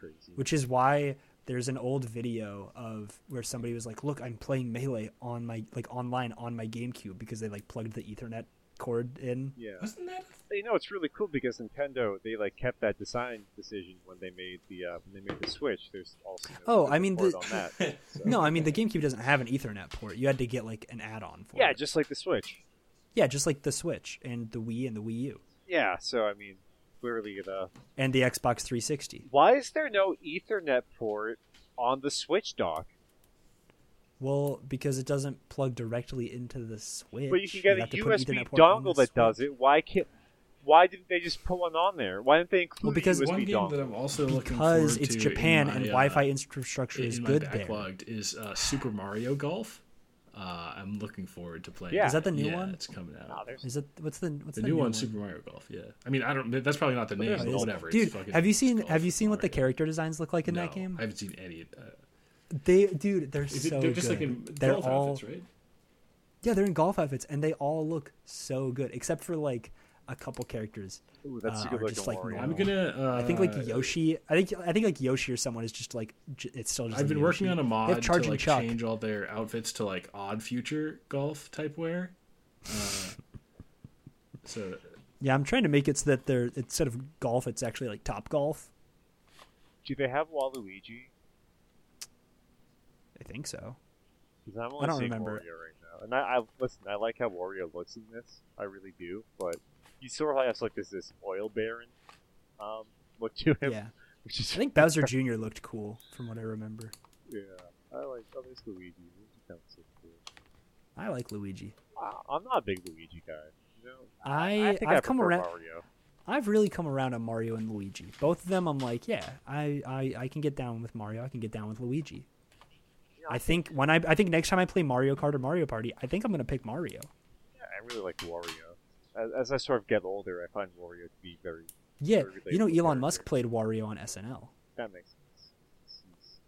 S2: Crazy.
S1: Which is why there's an old video of where somebody was like, "Look, I'm playing Melee on my like online on my GameCube because they like plugged the Ethernet cord in."
S2: yeah.
S3: Wasn't that?
S2: you know it's really cool because Nintendo they like kept that design decision when they made the uh, when they made the Switch. There's also no
S1: Oh, I
S2: Ethernet
S1: mean,
S2: port
S1: the-
S2: on that. So-
S1: No, I mean the GameCube doesn't have an Ethernet port. You had to get like an add-on for
S2: yeah,
S1: it.
S2: just like the Switch.
S1: yeah, just like the Switch and the Wii and the Wii U
S2: Yeah, so I mean, clearly the
S1: and the Xbox 360.
S2: why is there no Ethernet port on the Switch dock?
S1: Well, because it doesn't plug directly into the Switch.
S2: But you can get
S1: You'd
S2: a
S1: have to put
S2: USB
S1: Ethernet port on the
S2: dongle that does
S1: Switch.
S2: it. Why can't? Why didn't they just put one on there? Why didn't they include
S1: Well, because
S2: a USB
S3: one game
S2: dongle?
S3: that I'm also looking forward
S1: Because
S3: to
S1: it's Japan
S3: in my,
S1: and
S3: uh,
S1: Wi-Fi infrastructure
S3: in
S1: is
S3: my
S1: good there.
S3: backlogged is uh, Super Mario Golf. Uh, I'm looking forward to playing.
S2: Yeah.
S1: Is that the
S3: it.
S1: new
S3: Yeah,
S1: one?
S3: It's coming out.
S2: Nah, there's-
S1: Is it what's the what's
S3: the
S1: the,
S3: new, one, Super Mario Golf. Yeah. I mean, I don't. That's probably not the name,
S2: there's
S3: but
S2: no-
S3: whatever.
S1: Dude,
S3: it's fucking,
S1: have you seen
S3: it's
S1: have you
S3: Golf
S1: seen what the
S3: Mario.
S1: character designs look like in that
S3: No,
S1: game?
S3: I haven't seen any. Uh,
S1: They dude, they're
S3: is it-
S1: so
S3: they're just
S1: good.
S3: like in
S1: they're
S3: golf
S1: all
S3: outfits, right?
S1: yeah, they're in golf outfits and they all look so good except for like a couple characters.
S2: Ooh, that's
S1: uh,
S2: a
S1: are
S2: good looking
S1: just like
S2: Wario.
S1: normal.
S3: I'm gonna. Uh,
S1: I think like Yoshi. I think I think like Yoshi or someone is just like j- it's still. Just
S3: I've
S1: like
S3: been working on
S1: Yoshi.
S3: a
S1: They
S3: mod
S1: have
S3: to
S1: Charge
S3: like
S1: and Chuck.
S3: change all their outfits to like odd future golf type wear. Uh, so
S1: Yeah, I'm trying to make it so that they're instead of golf, it's actually like top golf.
S2: Do they have Waluigi?
S1: I think so.
S2: Because I'm only
S1: don't
S2: seeing
S1: remember.
S2: Wario right now. And I, I listen. I like how Wario looks in this. I really do. But he sort of has like this this oil baron um,
S8: look to him.
S1: Yeah,
S8: Which is
S1: I think Bowser Jr. looked cool from what I remember.
S2: Yeah, I like. Oh, there's Luigi. Luigi sounds so cool.
S1: I like Luigi.
S2: I, I'm not a big Luigi guy. You know,
S1: I,
S2: think
S1: I've
S2: I
S1: come
S2: prefer
S1: around.
S2: Mario.
S1: I've really come around on Mario and Luigi. Both of them, I'm like, yeah, I, I, I can get down with Mario. I can get down with Luigi. I think when I, I think next time I play Mario Kart or Mario Party, I think I'm gonna pick Mario.
S2: Yeah, I really like Wario. As, as I sort of get older, I find Wario to be very.
S1: Yeah,
S2: Very
S1: you know
S2: relatable
S1: Elon
S2: character.
S1: Musk played Wario on SNL.
S2: That makes sense. He's-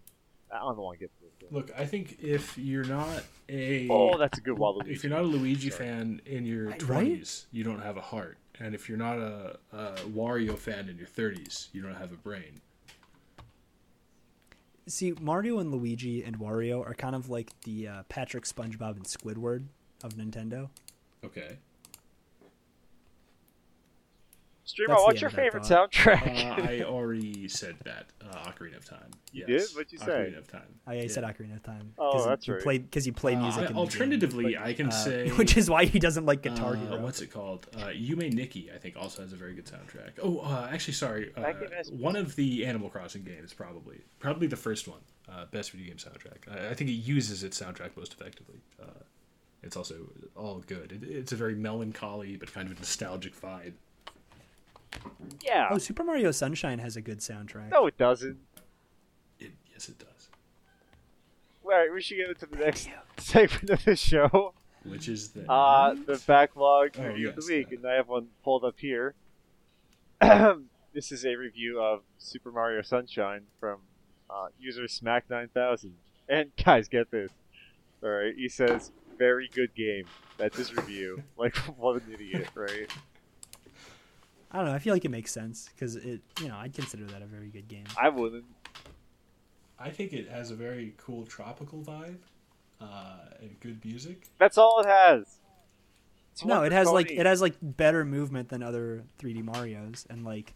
S2: I don't know why I get this.
S3: Look, I think if you're not a
S2: Oh, that's a good Waluigi.
S3: if you're not a Luigi
S2: Sorry.
S3: fan in your
S1: Right?
S3: 20s, you don't have a heart. And if you're not a, a Wario fan in your 30s, you don't have a brain.
S1: See, Mario and Luigi and Wario are kind of like the uh, Patrick, SpongeBob, and Squidward of Nintendo.
S3: Okay.
S2: Streamer,
S1: That's the
S2: what's
S1: end
S2: your
S1: of that
S2: favorite
S1: thought.
S3: Uh,
S2: soundtrack?
S3: I already said that. Uh, Ocarina of Time.
S2: You
S3: Yes.
S2: did? What'd you say?
S3: Ocarina of Time.
S1: I, I said Ocarina of Time.
S2: Oh,
S1: 'cause
S2: that's
S1: you
S2: right.
S1: Play because you play
S3: Uh,
S1: music. in the game,
S3: alternatively,
S1: but,
S3: I can
S1: uh,
S3: say-
S1: which is why he doesn't like Guitar
S3: Uh,
S1: Hero.
S3: what's it called? Uh, Yume Nikki, I think, also has a very good soundtrack. Oh, uh, actually, sorry. Uh,
S2: That game has-
S3: one of the Animal Crossing games, probably. Probably the first one. Uh, best video game soundtrack. I, I think it uses its soundtrack most effectively. Uh, it's also all good. It, it's a very melancholy but kind of nostalgic vibe.
S2: yeah.
S1: Oh, Super Mario Sunshine has a good soundtrack.
S2: No, it doesn't.
S3: It, yes, it does.
S2: All right, we should get into the next segment of the show.
S3: Which is the.
S2: Uh, the backlog
S3: Oh,
S2: review of the
S3: yes,
S2: week,
S3: that.
S2: and I have one pulled up here. this is a review of Super Mario Sunshine from uh, user Smack9000. And guys, get this. All right, he says, "Very good game." That's his review. like, what an idiot, right?
S1: I don't know. I feel like it makes sense because it, you know, I'd consider that a very good game.
S2: I wouldn't.
S3: I think it has a very cool tropical vibe uh, and good music.
S2: That's all it has. It's
S1: no,
S2: one
S1: it has like
S2: Tony.
S1: it has like better movement than other 3D Mario's and like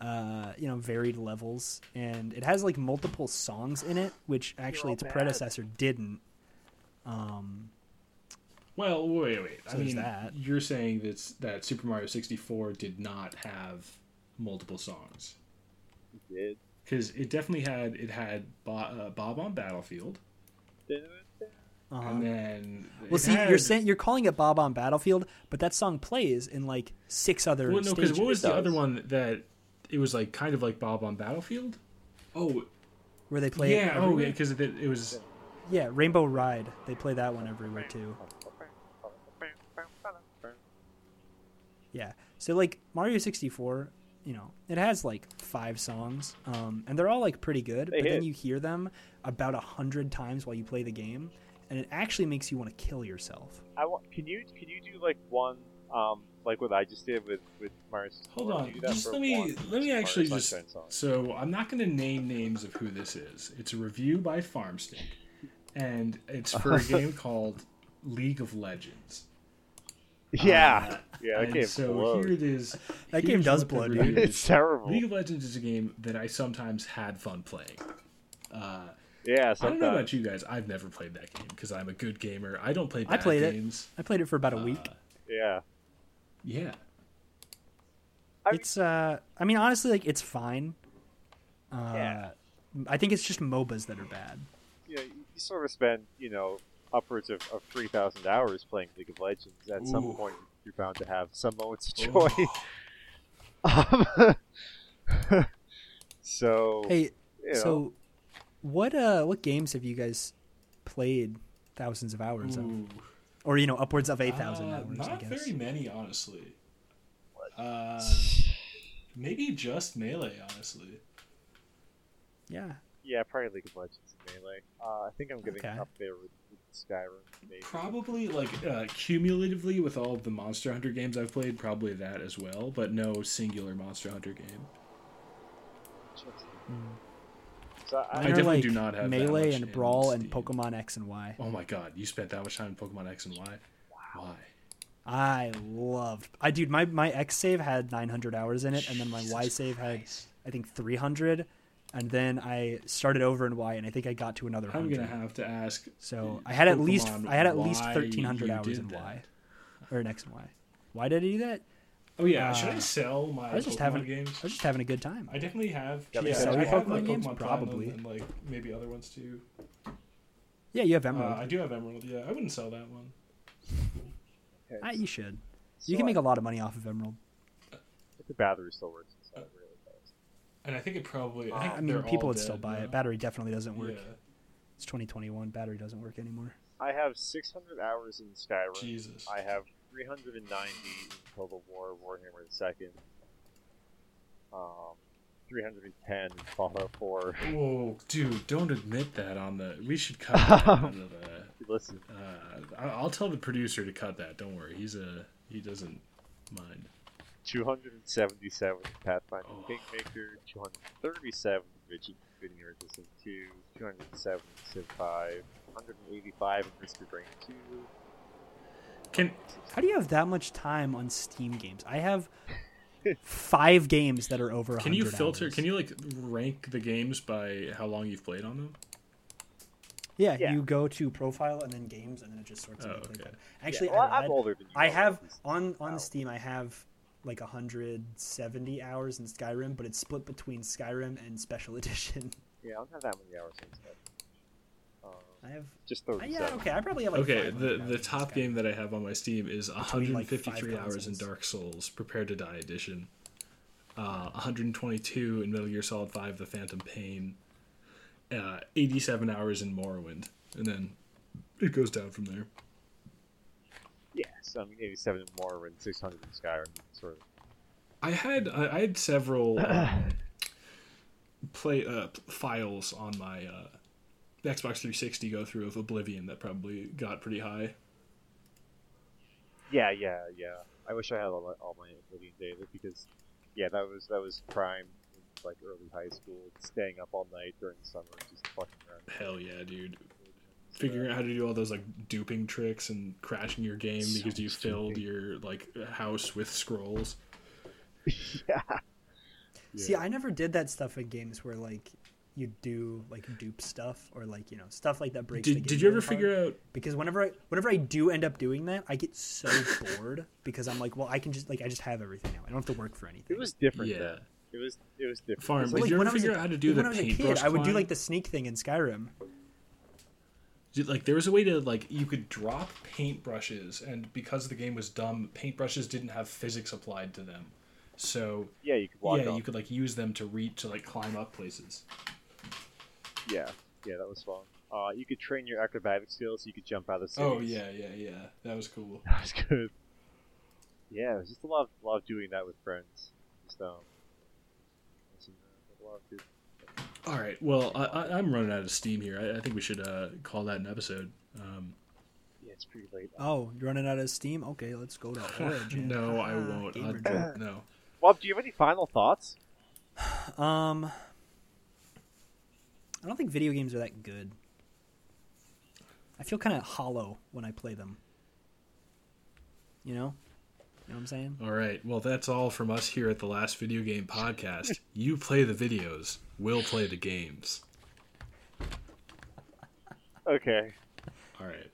S1: uh you know varied levels and it has like multiple songs in it which actually
S2: all
S1: its
S2: bad.
S1: predecessor didn't um
S3: Well, wait, wait.
S1: So
S3: I
S1: there's
S3: mean,
S1: that.
S3: you're saying that's, that Super Mario 64 did not have multiple songs
S2: Did-
S3: because it definitely had it had Bo- uh, Bob on Battlefield,
S2: did- did-
S1: uh-huh.
S3: and then
S1: well
S3: it
S1: see you're
S3: had-
S1: saying you're calling it Bob on Battlefield but that song plays in like six other
S3: Well, no, because
S1: stages.
S3: what was the
S2: does.
S3: other one that it was like kind of like Bob on Battlefield? Oh,
S1: where they play it
S3: yeah, oh,
S1: everywhere.
S3: yeah, because it, it was
S1: Yeah, Rainbow Ride they play that one everywhere too Yeah. So like Mario 64, you know, it has like five songs, um, and they're all like pretty good.
S2: They
S1: but then
S2: hit.
S1: you hear them about a hundred times while you play the game, and it actually makes you want to kill yourself.
S2: I want. Can you can you do like one um like what I just did with with Mario? 64?
S3: Hold on,
S2: Do that
S3: just
S2: for
S3: let me
S2: one
S3: let me
S2: Mario
S3: actually just.
S2: Sunshine song.
S3: So I'm not going to name names of who this is. It's a review by Farmstick, and it's for a game called League of Legends.
S2: Yeah, yeah, that
S3: and
S2: game
S3: so
S2: blows.
S3: here it is.
S1: That game
S3: Here's
S1: does
S3: what the
S1: blow, dude.
S3: review is.
S2: It's terrible.
S3: League of Legends is a game that I sometimes had fun playing. Uh,
S2: yeah,
S3: I don't know
S2: sometimes.
S3: about you guys. I've never played that game because I'm a good gamer. I don't play
S1: I
S3: bad
S1: played it.
S3: games.
S1: I played it for about a week.
S2: Uh, Yeah,
S3: Yeah.
S2: I mean-
S1: it's uh, I mean honestly, like it's fine. Uh,
S2: Yeah.
S1: I think it's just MOBAs that are bad.
S2: you, know, you sort of spend you know upwards of, of three thousand hours playing League of Legends. At some
S3: Ooh.
S2: point, you're bound to have some moments of
S3: Oh,
S2: joy. Um, so
S1: Hey,
S2: you know,
S1: so what uh, what games have you guys played thousands of hours of,
S3: ooh.
S1: or you know, upwards of eight thousand
S3: Uh,
S1: hours? I
S3: Not
S1: guess.
S3: very many, honestly. Uh, maybe just melee, honestly.
S1: Yeah.
S2: yeah, probably League of Legends and Melee. Uh, I think I'm giving
S1: Okay.
S2: it up there with, with Skyrim. Maybe.
S3: Probably like uh, cumulatively with all of the Monster Hunter games I've played, probably that as well. But no singular Monster Hunter game.
S2: So
S1: Mine
S2: I,
S3: I
S1: are,
S3: definitely
S1: like
S3: do not have that
S1: melee
S3: much
S1: and
S3: in
S1: brawl and
S3: Steam.
S1: Pokemon X and Y.
S3: Oh my god, you spent that much time in Pokemon X and Y. Why?
S1: I loved. I dude, my my X save had 900 hours in it, and then my Y
S3: Jesus
S1: save had
S3: Christ.
S1: I think 300, and then I started over in Y, and I think I got to another
S3: I'm
S1: 100.
S3: gonna have to ask.
S1: so I had at least
S3: Pokemon
S1: I had at least
S3: why
S1: 1300
S3: you
S1: hours
S3: did
S1: in
S3: that.
S1: Y, or in X and Y. Why did I do that?
S3: Oh yeah,
S1: Uh,
S3: should I sell my
S1: I was just
S3: Pokemon
S1: having
S3: games?
S1: I was just having a good time.
S3: I definitely have.
S2: That
S3: yeah,
S2: makes sense.
S3: I have
S1: Pokemon
S3: my
S1: games?
S3: Pokemon
S1: Probably.
S3: Platinum and like maybe other ones too.
S1: Yeah, you have
S3: Uh,
S1: Emerald.
S3: I do have Emerald. Yeah, I wouldn't sell that one.
S2: Okay,
S1: Ah, you should.
S2: so
S1: You can make
S2: I-
S1: a lot of money off of Emerald.
S2: The battery still works. So it really does.
S3: And I think it probably. I, think
S1: I mean,
S3: they're all
S1: people would still
S3: dead
S1: buy
S3: now.
S1: it. Battery definitely doesn't work.
S3: Yeah,
S1: It's 2021. Battery doesn't work anymore.
S2: I have 600 hours in Skyrim.
S3: Jesus.
S2: I have 390 in Total War, Warhammer the Second. Um, 310 in Fallout 4.
S3: Whoa, dude! Don't admit that on the. We should cut that out of the.
S2: Listen,
S3: Uh, I- I'll tell the producer to cut that. Don't worry. He's a he doesn't mind.
S2: 277 Pathfinder
S3: Oh.
S2: Kingmaker, 237 Vigil- Vineyard Resistance 2, 207 Civ 5, 185 in Mystery Brain 2.
S3: Can
S1: How do you have that much time on Steam games? I have five games that are over.
S3: can you
S1: 100
S3: filter?
S1: hours.
S3: Can you like rank the games by how long you've played on them?
S1: Yeah,
S2: Yeah.
S1: you go to profile and then games, and then it just sorts it
S3: Oh,
S1: out like
S3: okay.
S1: that. Actually,
S2: well,
S1: I
S2: I'm
S1: lied.
S2: older than you.
S1: I have
S2: obviously.
S1: on on
S2: Wow.
S1: Steam. I have like 170 hours in Skyrim, but it's split between Skyrim and Special Edition.
S2: Yeah, I don't have that many hours in Skyrim. Um,
S1: I have.
S2: just
S1: I- uh,
S2: 37.
S1: yeah, okay. I probably have like.
S3: okay,
S1: 500
S3: the
S1: hours
S3: the
S1: in
S3: top
S1: Skyrim.
S3: game that I have on my Steam is
S1: like, five
S3: 153 hours in
S1: consoles.
S3: Dark Souls Prepare to Die edition. Uh, 122 in Metal Gear Solid 5 The Phantom Pain. Uh, 87 hours in Morrowind, and then it goes down from there.
S2: Yeah, so I mean, 87 in Morrowind, 600 in Skyrim, sort of.
S3: I had I, I had several um, play uh, p- files on my uh, Xbox 360 go through of Oblivion that probably got pretty high.
S2: Yeah, yeah, yeah. I wish I had all my, all my Oblivion data because, yeah, that was that was prime, like early high school, staying up all night during the summer, just fucking around.
S3: Hell yeah, dude! Figuring out how to do all those like duping tricks and crashing your game because you filled your like house with scrolls.
S1: See, I never did that stuff in games where like you do like dupe stuff or like you know stuff like that breaks. the
S3: Did,
S1: game
S3: did you
S1: really
S3: ever figure
S1: hard.
S3: out?
S1: Because whenever I whenever I do end up doing that, I get so bored because I'm like, well, I can just like I just have everything now. I don't have to work for anything.
S2: It was different.
S3: Yeah.
S2: Then. It was it was different.
S3: Farm,
S2: It's
S3: did
S2: like,
S3: you ever
S1: when I was
S3: figure
S1: a-
S3: out how to do
S1: when
S3: the
S1: I was a
S3: paintbrush
S1: kid, I would do
S3: climb?
S1: like the sneak thing in Skyrim.
S3: Dude, like there was a way to like you could drop paintbrushes and because the game was dumb paintbrushes didn't have physics applied to them so
S2: yeah, you could walk
S3: yeah
S2: up.
S3: you could like use them to reach to like climb up places
S2: Yeah, yeah, that was fun. Uh, you could train your acrobatic skills. you could jump out of cities.
S3: oh yeah yeah yeah that was cool
S2: that was good. Yeah, it was just a lot of, lot of doing that with friends. Just um, some, uh, a lot of good
S3: all right well I, I, i'm running out of steam here i, I think we should uh, call that an episode um,
S2: Yeah, it's pretty late.
S1: Oh, you're running out of steam? Okay, let's go to Origin.
S3: no i
S1: Ah,
S3: won't
S1: gamer
S3: I, no
S2: Bob, do you have any final thoughts?
S1: joke. Um, I don't think video games are that good. I feel kind of hollow when I play them. You know, you know what I'm saying?
S3: all right well that's all from us here at the last video game podcast you play the videos we'll play the games
S2: Okay.
S3: all right